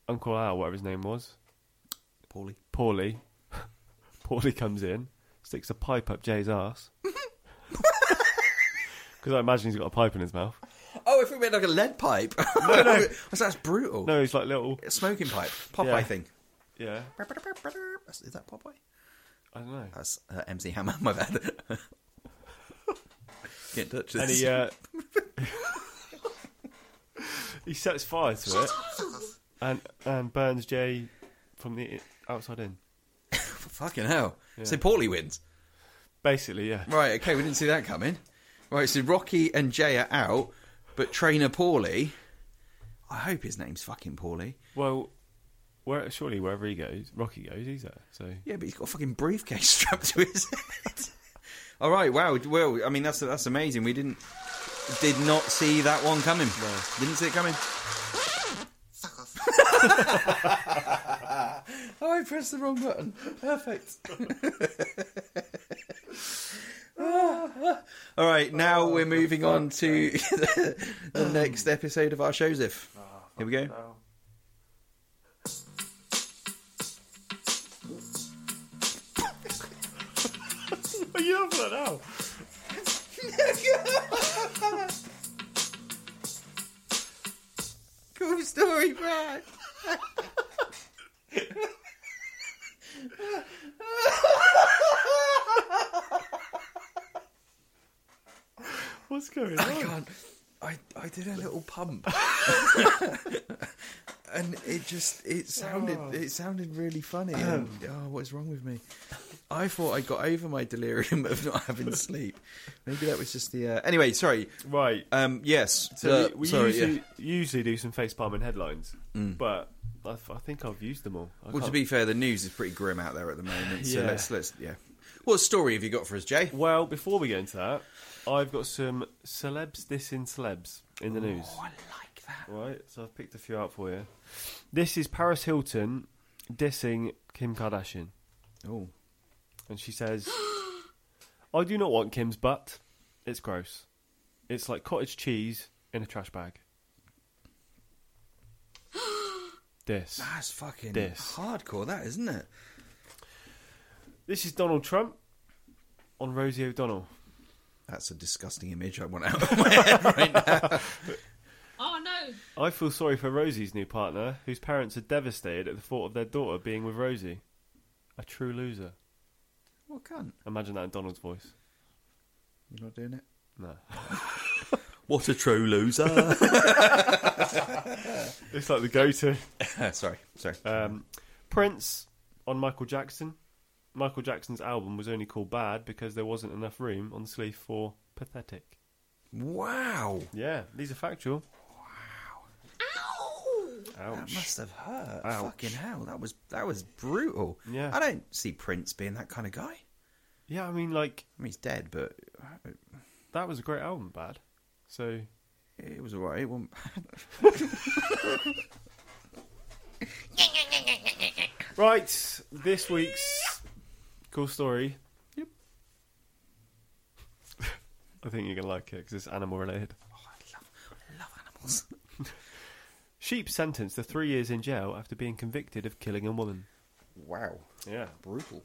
[SPEAKER 2] Uncle Al, whatever his name was,
[SPEAKER 3] Paulie.
[SPEAKER 2] Paulie, Paulie comes in, sticks a pipe up Jay's ass. Because I imagine he's got a pipe in his mouth.
[SPEAKER 3] Oh, if we made like a lead pipe. No, no. that's brutal.
[SPEAKER 2] No, he's like little.
[SPEAKER 3] A smoking pipe. Popeye
[SPEAKER 2] Yeah.
[SPEAKER 3] thing.
[SPEAKER 2] Yeah,
[SPEAKER 3] Is that Popeye?
[SPEAKER 2] I don't know.
[SPEAKER 3] That's uh, MC Hammer. My bad. Get in touch. with
[SPEAKER 2] and he
[SPEAKER 3] us.
[SPEAKER 2] uh, he sets fire to it and and burns Jay from the i- outside in.
[SPEAKER 3] Fucking hell. So Paulie wins.
[SPEAKER 2] Basically, yeah.
[SPEAKER 3] Right, okay, we didn't see that coming. Right, so Rocky and Jay are out, but trainer Paulie. I hope his name's fucking Paulie.
[SPEAKER 2] Well, where surely wherever he goes, Rocky goes. He's there. So
[SPEAKER 3] Yeah, but he's got a fucking briefcase strapped to his head. All right, wow. Well, I mean, that's that's amazing. We didn't did not see that one coming. Didn't see it coming.
[SPEAKER 5] Fuck off.
[SPEAKER 3] Oh, I pressed the wrong button. Perfect. All right, now we're moving on to the, next episode of our shows. If here we go.
[SPEAKER 2] are you up for now?
[SPEAKER 3] Cool story, Brad.
[SPEAKER 2] What's going on?
[SPEAKER 3] I can't. I, I did a little pump, and it just it sounded
[SPEAKER 2] Oh.
[SPEAKER 3] it sounded really funny. And, oh, what's wrong with me? I thought I got over my delirium of not having sleep. Maybe that was just the. Uh... Anyway, sorry.
[SPEAKER 2] Right.
[SPEAKER 3] Um, yes.
[SPEAKER 2] So
[SPEAKER 3] uh,
[SPEAKER 2] we, we
[SPEAKER 3] sorry.
[SPEAKER 2] usually,
[SPEAKER 3] yeah. Mm.
[SPEAKER 2] usually do some facepalm and headlines, but I, I think I've used them all. I
[SPEAKER 3] Well, to
[SPEAKER 2] can't-
[SPEAKER 3] be fair, the news is pretty grim out there at the moment. So
[SPEAKER 2] Yeah.
[SPEAKER 3] let's let's yeah. What story have you got for us, Jay?
[SPEAKER 2] well, before we get into that, I've got some celebs dissing celebs in
[SPEAKER 3] Oh,
[SPEAKER 2] the news.
[SPEAKER 1] Oh,
[SPEAKER 3] I like that.
[SPEAKER 2] Right, so I've picked a few out for you. This is Paris Hilton dissing Kim Kardashian,
[SPEAKER 3] Oh,
[SPEAKER 2] and she says, "I do not want Kim's butt. It's gross. It's like cottage cheese in a trash bag." This.
[SPEAKER 3] that's fucking
[SPEAKER 2] This.
[SPEAKER 3] hardcore. That isn't it?
[SPEAKER 2] This is Donald Trump on Rosie O'Donnell.
[SPEAKER 3] That's a disgusting image I want out of my head right now.
[SPEAKER 4] Oh, no.
[SPEAKER 2] I feel sorry for Rosie's new partner, whose parents are devastated at the thought of their daughter being with Rosie. A true loser.
[SPEAKER 3] What cunt?
[SPEAKER 2] Imagine that in Donald's voice.
[SPEAKER 3] You're not doing it.
[SPEAKER 2] No.
[SPEAKER 3] What a true loser.
[SPEAKER 2] It's like the go-to.
[SPEAKER 3] sorry, sorry.
[SPEAKER 2] Um, Prince on Michael Jackson. Michael Jackson's album was only called Bad because there wasn't enough room on the sleeve for pathetic.
[SPEAKER 3] wow.
[SPEAKER 2] Yeah, these are factual.
[SPEAKER 4] Ow.
[SPEAKER 3] That
[SPEAKER 2] Ouch.
[SPEAKER 3] must have hurt.
[SPEAKER 2] Ouch.
[SPEAKER 3] Fucking hell, that was that was brutal.
[SPEAKER 2] Yeah.
[SPEAKER 3] I don't see Prince being that kind of guy. I
[SPEAKER 2] Yeah, I mean, like
[SPEAKER 3] mean, he's dead, but uh,
[SPEAKER 2] that was a great album, bad. So
[SPEAKER 3] it was alright. It wasn't bad. Oh,
[SPEAKER 2] right, this week's cool story. Yep. I think you're gonna like it because it's animal related.
[SPEAKER 3] I love animals.
[SPEAKER 2] Sheep sentenced to three years in jail after being convicted of killing a woman.
[SPEAKER 3] Wow,
[SPEAKER 2] Yeah.
[SPEAKER 3] brutal.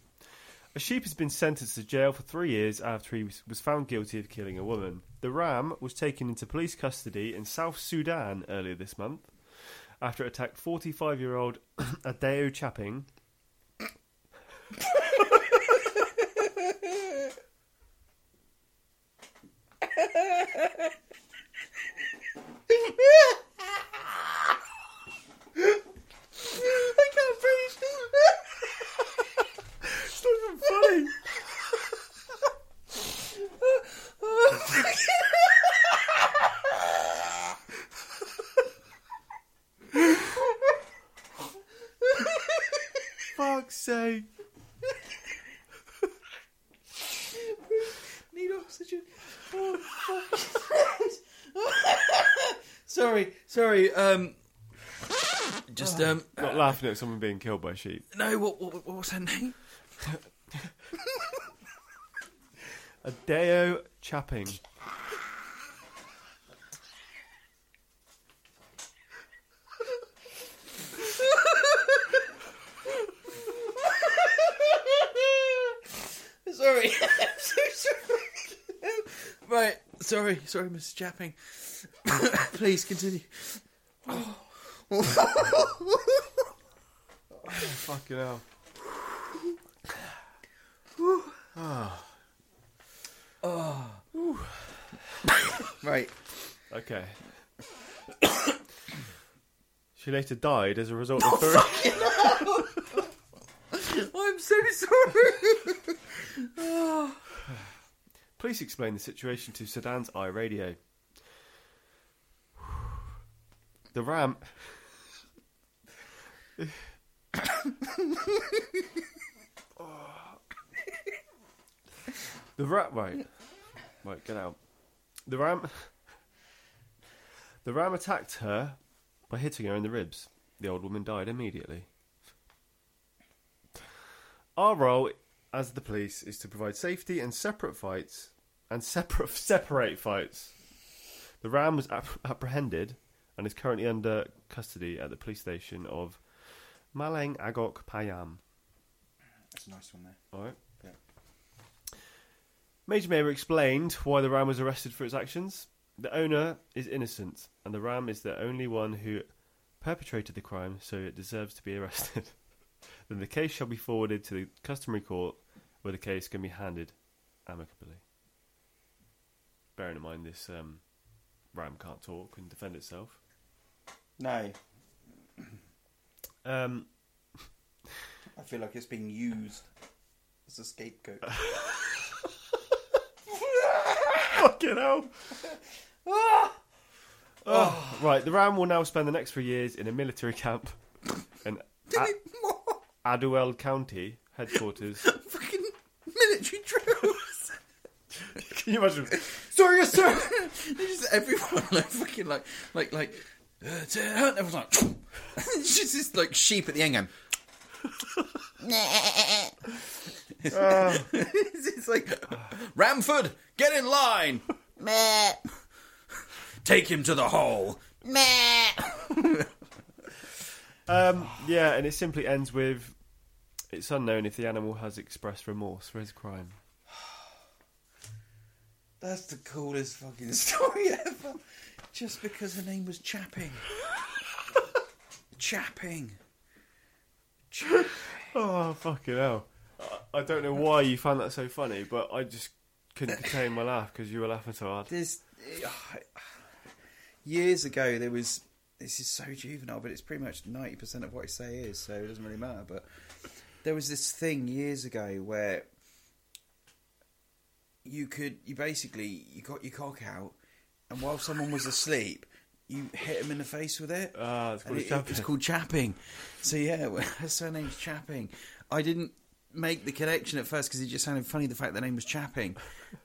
[SPEAKER 2] A sheep has been sentenced to jail for three years after he was- was found guilty of killing a woman. The ram was taken into police custody in South Sudan earlier this month after it attacked 45 year old Adeo Chapping.
[SPEAKER 3] I can't breathe. it's not even funny.
[SPEAKER 2] Fuck's sake.
[SPEAKER 3] Need oxygen. Oh, fuck. sorry, sorry. Um, just
[SPEAKER 2] Oh.
[SPEAKER 3] um,
[SPEAKER 2] Not laughing at someone being killed by a sheep.
[SPEAKER 3] no. What, what, what was her name?
[SPEAKER 2] Adeo Chapping.
[SPEAKER 3] Sorry. I'm so sorry. right. Sorry. Sorry, Mr. Chapping. Please continue.
[SPEAKER 2] Fucking hell.
[SPEAKER 3] Right.
[SPEAKER 2] Okay. she later died as a result of her.
[SPEAKER 3] I'm so sorry.
[SPEAKER 2] Police explained the situation to Sudan's iRadio. The ram. the rat, right. Right, get out. The ram. The ram attacked her by hitting her in the ribs. The old woman died immediately. Our role as the police is to provide safety and separate fights and separate separate fights. The ram was app- apprehended and is currently under custody at the police station of Malang Agok Payam.
[SPEAKER 3] That's a nice one there.
[SPEAKER 2] All right.
[SPEAKER 3] Yeah.
[SPEAKER 2] Major Mayor explained why the ram was arrested for its actions. The owner is innocent, and the ram is the only one who perpetrated the crime, so it deserves to be arrested. then the case shall be forwarded to the customary court, where the case can be handed amicably. Bearing in mind this um, ram can't talk and defend itself.
[SPEAKER 3] No,
[SPEAKER 2] Um,
[SPEAKER 3] I feel like it's being used as a scapegoat.
[SPEAKER 2] Fucking hell. Ah. Oh, right, the Ram will now spend the next three years in a military camp in A- Adwell County headquarters.
[SPEAKER 3] Fucking military drills.
[SPEAKER 2] Can you imagine?
[SPEAKER 3] sorry, yes, sir. They just everyone like fucking like like like. Uh, t- uh, everyone's like. it's just this like sheep at the end game. it's, it's like Ramford, get in line.
[SPEAKER 7] Meh.
[SPEAKER 3] Take him to the hole.
[SPEAKER 7] Meh.
[SPEAKER 2] Um, yeah, and it simply ends with it's unknown if the animal has expressed remorse for his crime.
[SPEAKER 3] That's the coolest fucking story ever. Just because her name was Chapping. Chapping. Chapping.
[SPEAKER 2] Oh, fucking hell. I, I don't know why you found that so funny, but I just couldn't contain my laugh because you were laughing so hard.
[SPEAKER 3] There's years ago there was. This is so juvenile, but it's pretty much ninety percent of what I say is, so it doesn't really matter. But there was this thing years ago where you could you basically you got your cock out, and while someone was asleep, you hit him in the face with it.
[SPEAKER 2] Ah, it's called
[SPEAKER 3] And
[SPEAKER 2] a chapping.
[SPEAKER 3] It's called chapping. So yeah, well, her surname's Chapping. I didn't make the connection at first because it just sounded funny. The fact the name was Chapping,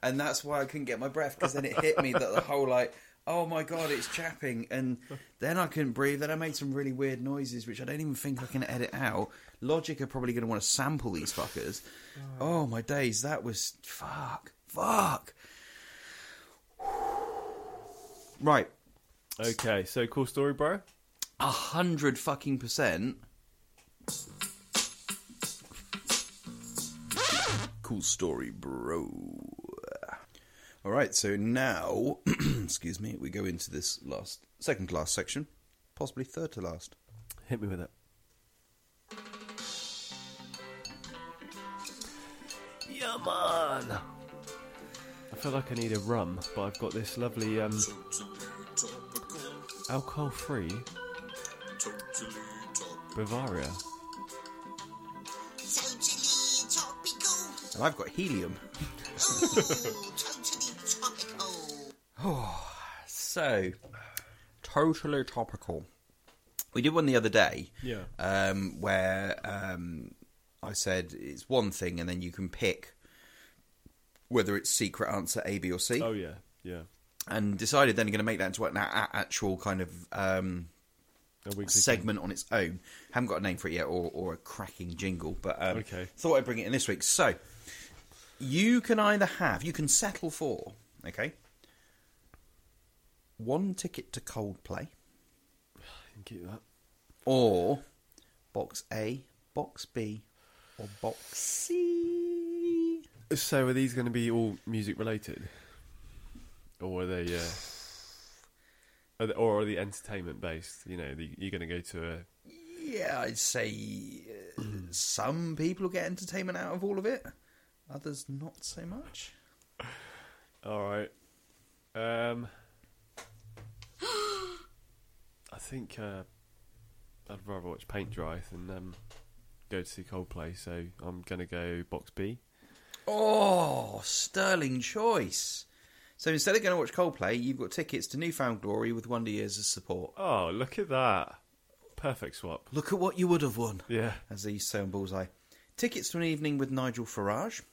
[SPEAKER 3] and that's why I couldn't get my breath because then it hit me that the whole like, oh my god, it's Chapping, and then I couldn't breathe. Then I made some really weird noises, which I don't even think I can edit out. Logic are probably going to want to sample these fuckers. Oh my days, that was fuck, fuck. Right,
[SPEAKER 2] Okay, so cool story, bro.
[SPEAKER 3] a hundred fucking percent. Cool story, bro. All right, so now, excuse me, we go into this last, second to last section, possibly third to last.
[SPEAKER 2] Hit me with it. Yeah, man. I feel like I need a rum, but I've got this lovely um, alcohol-free Bavaria.
[SPEAKER 5] Totally topical.
[SPEAKER 3] And I've got helium.
[SPEAKER 5] Ooh, totally topical.
[SPEAKER 3] So, totally topical. We did one the other day.
[SPEAKER 2] Yeah.
[SPEAKER 3] um, where um, I said it's one thing, and then you can pick whether it's secret answer A, B, or C,
[SPEAKER 2] Oh yeah, yeah.
[SPEAKER 3] and decided then you're going to make that into an a- actual kind of um,
[SPEAKER 2] A weekly
[SPEAKER 3] segment on its own. Haven't got a name for it yet, or, or a cracking jingle, but um,
[SPEAKER 2] Okay.
[SPEAKER 3] thought I'd bring it in this week. So you can either have, you can settle for, okay, one ticket to Coldplay,
[SPEAKER 2] thing. Keep that.
[SPEAKER 3] or box A, box B, or box C.
[SPEAKER 2] So are these going to be all music related, or are they? Uh, are they or are they entertainment based? You know, the, you're going to go to a.
[SPEAKER 3] Yeah, I'd say uh, some people get entertainment out of all of it, others not so much.
[SPEAKER 2] All right. Um, I think uh, I'd rather watch paint dry than um, go to see Coldplay. So I'm going to go box B.
[SPEAKER 3] Oh, sterling choice. So instead of going to watch Coldplay, you've got tickets to Newfound Glory with Wonder Years as support.
[SPEAKER 2] Oh, look at that! Perfect swap.
[SPEAKER 3] Look at what you would have won,
[SPEAKER 2] Yeah.
[SPEAKER 3] as these say on Bullseye. Tickets to an evening with Nigel Farage.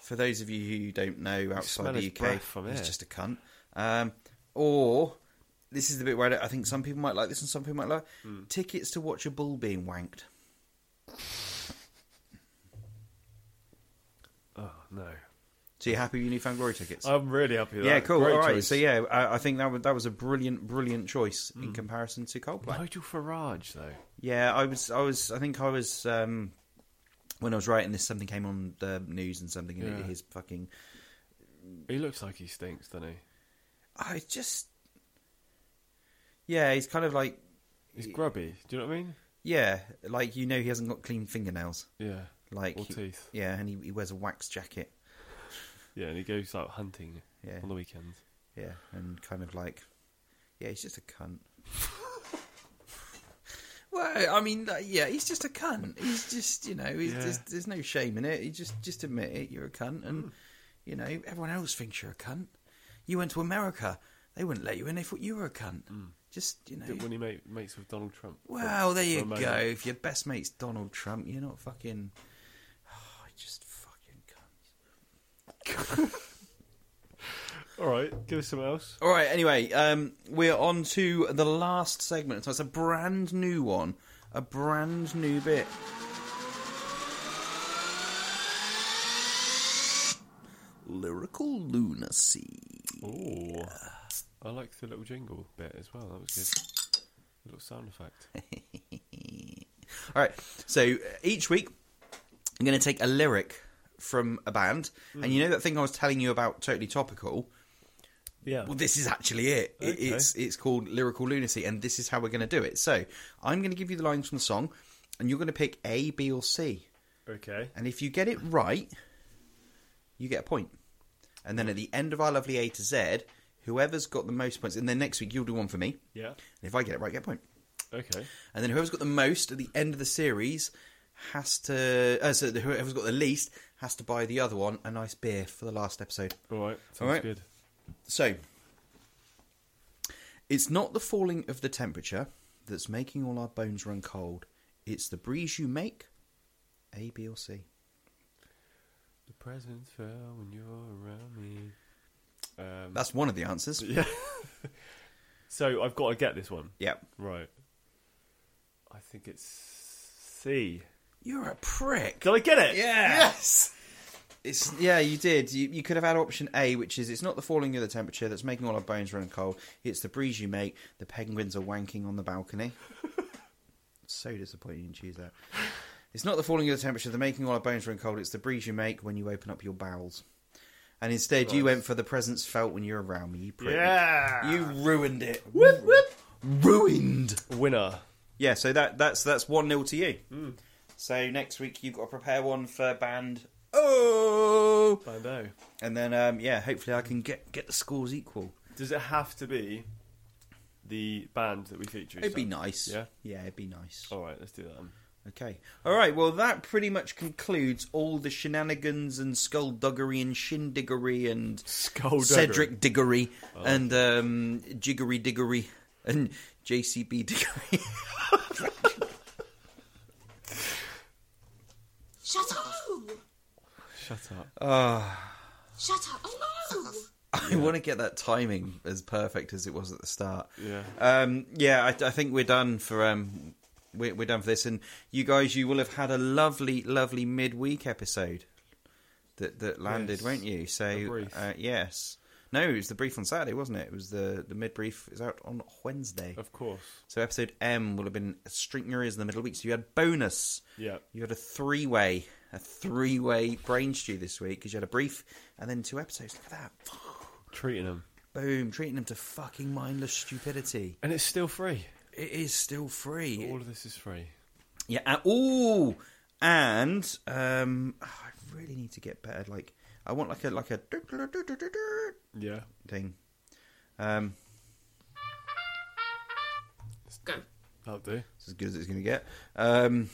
[SPEAKER 3] For those of you who don't know,
[SPEAKER 2] Oh. smell
[SPEAKER 3] outside the
[SPEAKER 2] his
[SPEAKER 3] UK,
[SPEAKER 2] breath from
[SPEAKER 3] he's
[SPEAKER 2] here.
[SPEAKER 3] just a cunt. Um, or this is the bit where I think some people might like this and some people might like
[SPEAKER 2] Hmm.
[SPEAKER 3] tickets to watch a bull being wanked.
[SPEAKER 2] Oh no.
[SPEAKER 3] So you happy with your newfound glory tickets?
[SPEAKER 2] I'm really happy. With
[SPEAKER 3] yeah,
[SPEAKER 2] that.
[SPEAKER 3] cool.
[SPEAKER 2] Great
[SPEAKER 3] All right.
[SPEAKER 2] choice. Mm.
[SPEAKER 3] So yeah, I, I think that was, that was a brilliant, brilliant choice in comparison to Coldplay.
[SPEAKER 2] Nigel Farage though.
[SPEAKER 3] Yeah, I was, I was, I think I was um, when I was writing this, something came on the news and something, and
[SPEAKER 2] Yeah.
[SPEAKER 3] it, his fucking.
[SPEAKER 2] He looks like he stinks, doesn't he?
[SPEAKER 3] I just, yeah, he's kind of like,
[SPEAKER 2] He's grubby. Do you know what I mean?
[SPEAKER 3] yeah, like you know, he hasn't got clean fingernails,
[SPEAKER 2] Yeah.
[SPEAKER 3] like
[SPEAKER 2] Or
[SPEAKER 3] he-
[SPEAKER 2] teeth.
[SPEAKER 3] Yeah, and he, he wears a wax jacket.
[SPEAKER 2] Yeah, and he goes out hunting
[SPEAKER 3] Yeah.
[SPEAKER 2] on the weekends.
[SPEAKER 3] Yeah, and kind of like, yeah, he's just a cunt. well, I mean, like, yeah, he's just a cunt. He's just, you know, he's
[SPEAKER 2] Yeah.
[SPEAKER 3] just, there's no shame in it. You just, just admit it. You're a cunt, and you know, everyone else thinks you're a cunt. You went to America, they wouldn't let you in. They thought you were a cunt. Just, you know.
[SPEAKER 2] When he mate, mates with Donald Trump.
[SPEAKER 3] Well, there you
[SPEAKER 2] for a moment.
[SPEAKER 3] go. If your best mate's Donald Trump, you're not fucking. Oh, just fucking cunt.
[SPEAKER 2] All right, give us some else.
[SPEAKER 3] All right. Anyway, um, we're on to the last segment. So it's a brand new one, a brand new bit. Lyrical lunacy.
[SPEAKER 2] Oh, I like the little jingle bit as well. That was good. Little sound effect.
[SPEAKER 3] All right. So uh, each week, I'm going to take a lyric from a band, and you know that thing I was telling you about, totally topical.
[SPEAKER 2] Yeah.
[SPEAKER 3] Well, this is actually it. It-
[SPEAKER 2] Okay.
[SPEAKER 3] It's it's called lyrical lunacy, and this is how we're going to do it. So I'm going to give you the lines from the song, and you're going to pick A, B, or C.
[SPEAKER 2] Okay.
[SPEAKER 3] And if you get it right, you get a point. And then at the end of our lovely A to Z, whoever's got the most points, and then next week you'll do one for me.
[SPEAKER 2] Yeah.
[SPEAKER 3] And if I get it right, get a point.
[SPEAKER 2] Okay.
[SPEAKER 3] And then whoever's got the most at the end of the series has to. Uh, so whoever's got the least has to buy the other one a nice beer for the last episode.
[SPEAKER 2] All right. Sounds
[SPEAKER 3] All right.
[SPEAKER 2] good.
[SPEAKER 3] So, It's not the falling of the temperature that's making all our bones run cold. It's the breeze you make, A, B, or C.
[SPEAKER 2] The presents fell when you're around me. Um,
[SPEAKER 3] That's one of the answers.
[SPEAKER 2] yeah. so I've got to get this one
[SPEAKER 3] Yeah.
[SPEAKER 2] right. I think it's C.
[SPEAKER 3] You're a prick.
[SPEAKER 2] Did I get it?
[SPEAKER 3] Yes. It's yeah, you did. You, you could have had option A, which is it's not the falling of the temperature that's making all our bones run cold. It's the breeze you make. The penguins are wanking on the balcony. so disappointing you didn't choose that. It's not the falling of the temperature that's making all our bones run cold. It's the breeze you make when you open up your bowels. And instead, you went for the presence felt when you're around me. You prick.
[SPEAKER 2] Yeah.
[SPEAKER 3] You ruined it. Whoop whoop. Ruined.
[SPEAKER 2] Winner.
[SPEAKER 3] Yeah, so that that's that's one 0 to you.
[SPEAKER 2] Hmm.
[SPEAKER 3] So next week you've got to prepare one for band. Oh,
[SPEAKER 2] I know.
[SPEAKER 3] and then um, yeah, hopefully I can get get the scores equal.
[SPEAKER 2] Does it have to be the band that we feature?
[SPEAKER 3] It'd be nice.
[SPEAKER 2] Yeah? Oh.
[SPEAKER 3] yeah, it'd be nice.
[SPEAKER 2] All right, let's do that. then.
[SPEAKER 3] Okay, all right. Well, that pretty much concludes all the shenanigans and skullduggery and shindiggery and
[SPEAKER 2] Skullduggery. Oh.
[SPEAKER 3] Cedric Diggory and um, Jiggery Diggory and JCB Diggory.
[SPEAKER 5] Shut up.
[SPEAKER 2] Shut up.
[SPEAKER 5] Shut up. Oh no.
[SPEAKER 3] I want to get that timing as perfect as it was at the start.
[SPEAKER 2] Yeah.
[SPEAKER 3] Um, yeah, I, I think we're done for um, we're, we're done for this, and you guys, you will have had a lovely, lovely midweek episode that that landed,
[SPEAKER 2] Yes.
[SPEAKER 3] won't you?
[SPEAKER 2] The
[SPEAKER 3] So,
[SPEAKER 2] brief.
[SPEAKER 3] uh, yes, no, it was the brief on Saturday, wasn't it? It was the the mid brief is out on Wednesday.
[SPEAKER 2] Of course.
[SPEAKER 3] So episode M will have been straight in your ears in the middle of the week. So you had bonus.
[SPEAKER 2] Yeah.
[SPEAKER 3] You had a three way, a three way brain stew this week because you had a brief and then two episodes. Look at that.
[SPEAKER 2] Treating them.
[SPEAKER 3] Boom, treating them to fucking mindless stupidity.
[SPEAKER 2] And it's still free.
[SPEAKER 3] It is still free.
[SPEAKER 2] All of this is free.
[SPEAKER 3] Yeah. And, ooh, and um, I really need to get better. Like, I want like a like a
[SPEAKER 2] Yeah.
[SPEAKER 3] thing. Um,
[SPEAKER 4] Go.
[SPEAKER 2] That'll do.
[SPEAKER 3] it's as good as it's gonna get. Um,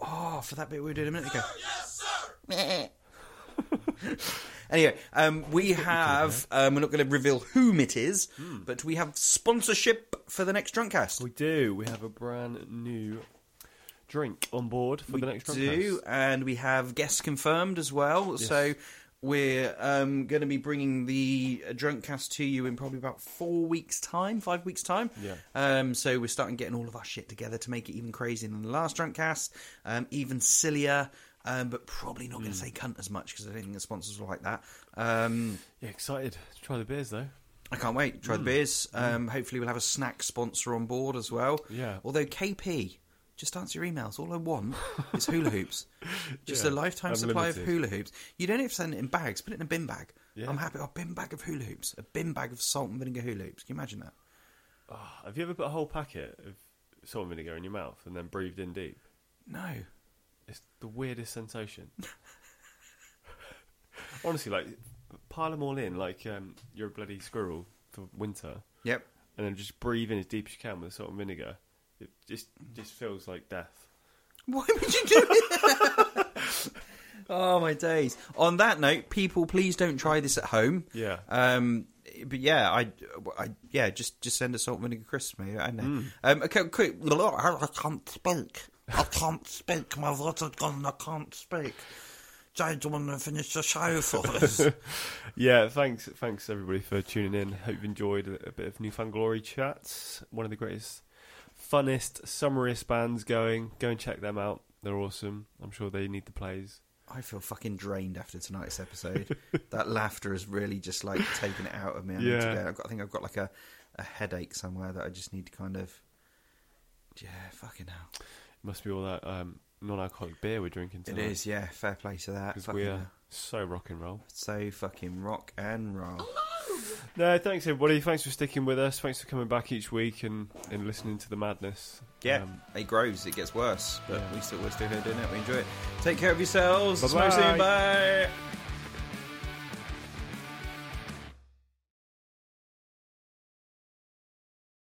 [SPEAKER 3] oh, for that bit we were doing a minute ago. Anyway, um, we have. Um, we're not going to reveal whom it is, but we have sponsorship for the next Drunkcast.
[SPEAKER 2] We do. We have a brand new drink on board for the next
[SPEAKER 3] do,
[SPEAKER 2] Drunkcast.
[SPEAKER 3] and we have guests confirmed as well. So we're um, going to be bringing the uh, drunk cast to you in probably about four weeks' time, five weeks' time.
[SPEAKER 2] Yeah.
[SPEAKER 3] Um, so we're starting getting all of our shit together to make it even crazier than the last drunk cast, um, even sillier. Um, but probably not
[SPEAKER 2] Mm.
[SPEAKER 3] going to say cunt as much because I don't think the sponsors will like that. Um,
[SPEAKER 2] Yeah, excited to try the beers though.
[SPEAKER 3] I can't wait.
[SPEAKER 2] Mm.
[SPEAKER 3] Try the beers. Um, Hopefully, we'll have a snack sponsor on board as well.
[SPEAKER 2] Yeah.
[SPEAKER 3] Although KP, just answer your emails. All I want is hula hoops. Just
[SPEAKER 2] Yeah.
[SPEAKER 3] a lifetime supply of
[SPEAKER 2] Unlimited.
[SPEAKER 3] hula hoops. You don't have to send it in bags. Put it in a bin bag.
[SPEAKER 2] Yeah.
[SPEAKER 3] I'm happy. A bin bag of hula hoops. A bin bag of salt and vinegar hula hoops. Can you imagine that?
[SPEAKER 2] Have you ever put a whole packet of salt and vinegar in your mouth and then breathed in deep?
[SPEAKER 3] No.
[SPEAKER 2] It's the weirdest sensation. Honestly, like pile them all in like um, you're a bloody squirrel for winter,
[SPEAKER 3] Yep.
[SPEAKER 2] and then just breathe in as deep as you can with the salt and vinegar. It just just feels like death.
[SPEAKER 3] Why would you do it? oh my days. On that note, people, please don't try this at home.
[SPEAKER 2] Yeah.
[SPEAKER 3] Um, but yeah, I, I yeah, just just send us salt and vinegar crisps, mate. I know. Um, okay, quick.
[SPEAKER 7] I can't speak. I can't speak. My water's gone. I can't speak. Jade's want to finish the show for us.
[SPEAKER 2] Yeah, thanks, thanks everybody for tuning in. Hope you've enjoyed a, a bit of Newfound Glory chats. One of the greatest, funnest, summeriest bands going. Go and check them out. They're awesome. I'm sure they need the plays.
[SPEAKER 3] I feel fucking drained after tonight's episode. that laughter has really just like taken it out of me. I, need to
[SPEAKER 2] Yeah.
[SPEAKER 3] go. I've got, I think I've got like a, a headache somewhere that I just need to kind of. Yeah, fucking hell.
[SPEAKER 2] must be all that um, non-alcoholic beer we're drinking
[SPEAKER 3] It
[SPEAKER 2] tonight.
[SPEAKER 3] is, yeah. Fair play to that.
[SPEAKER 2] because
[SPEAKER 3] Fucking
[SPEAKER 2] we are
[SPEAKER 3] hell.
[SPEAKER 2] so rock and roll.
[SPEAKER 3] so fucking rock and roll.
[SPEAKER 2] No, thanks everybody. Thanks for sticking with us. Thanks for coming back each week and, and listening to the madness.
[SPEAKER 3] Yeah,
[SPEAKER 2] Um,
[SPEAKER 3] it grows, it gets worse, but
[SPEAKER 2] yeah.
[SPEAKER 3] we still we're still here doing it. We enjoy it. Take care of yourselves.
[SPEAKER 2] Bye-bye.
[SPEAKER 3] Smoke soon. Bye.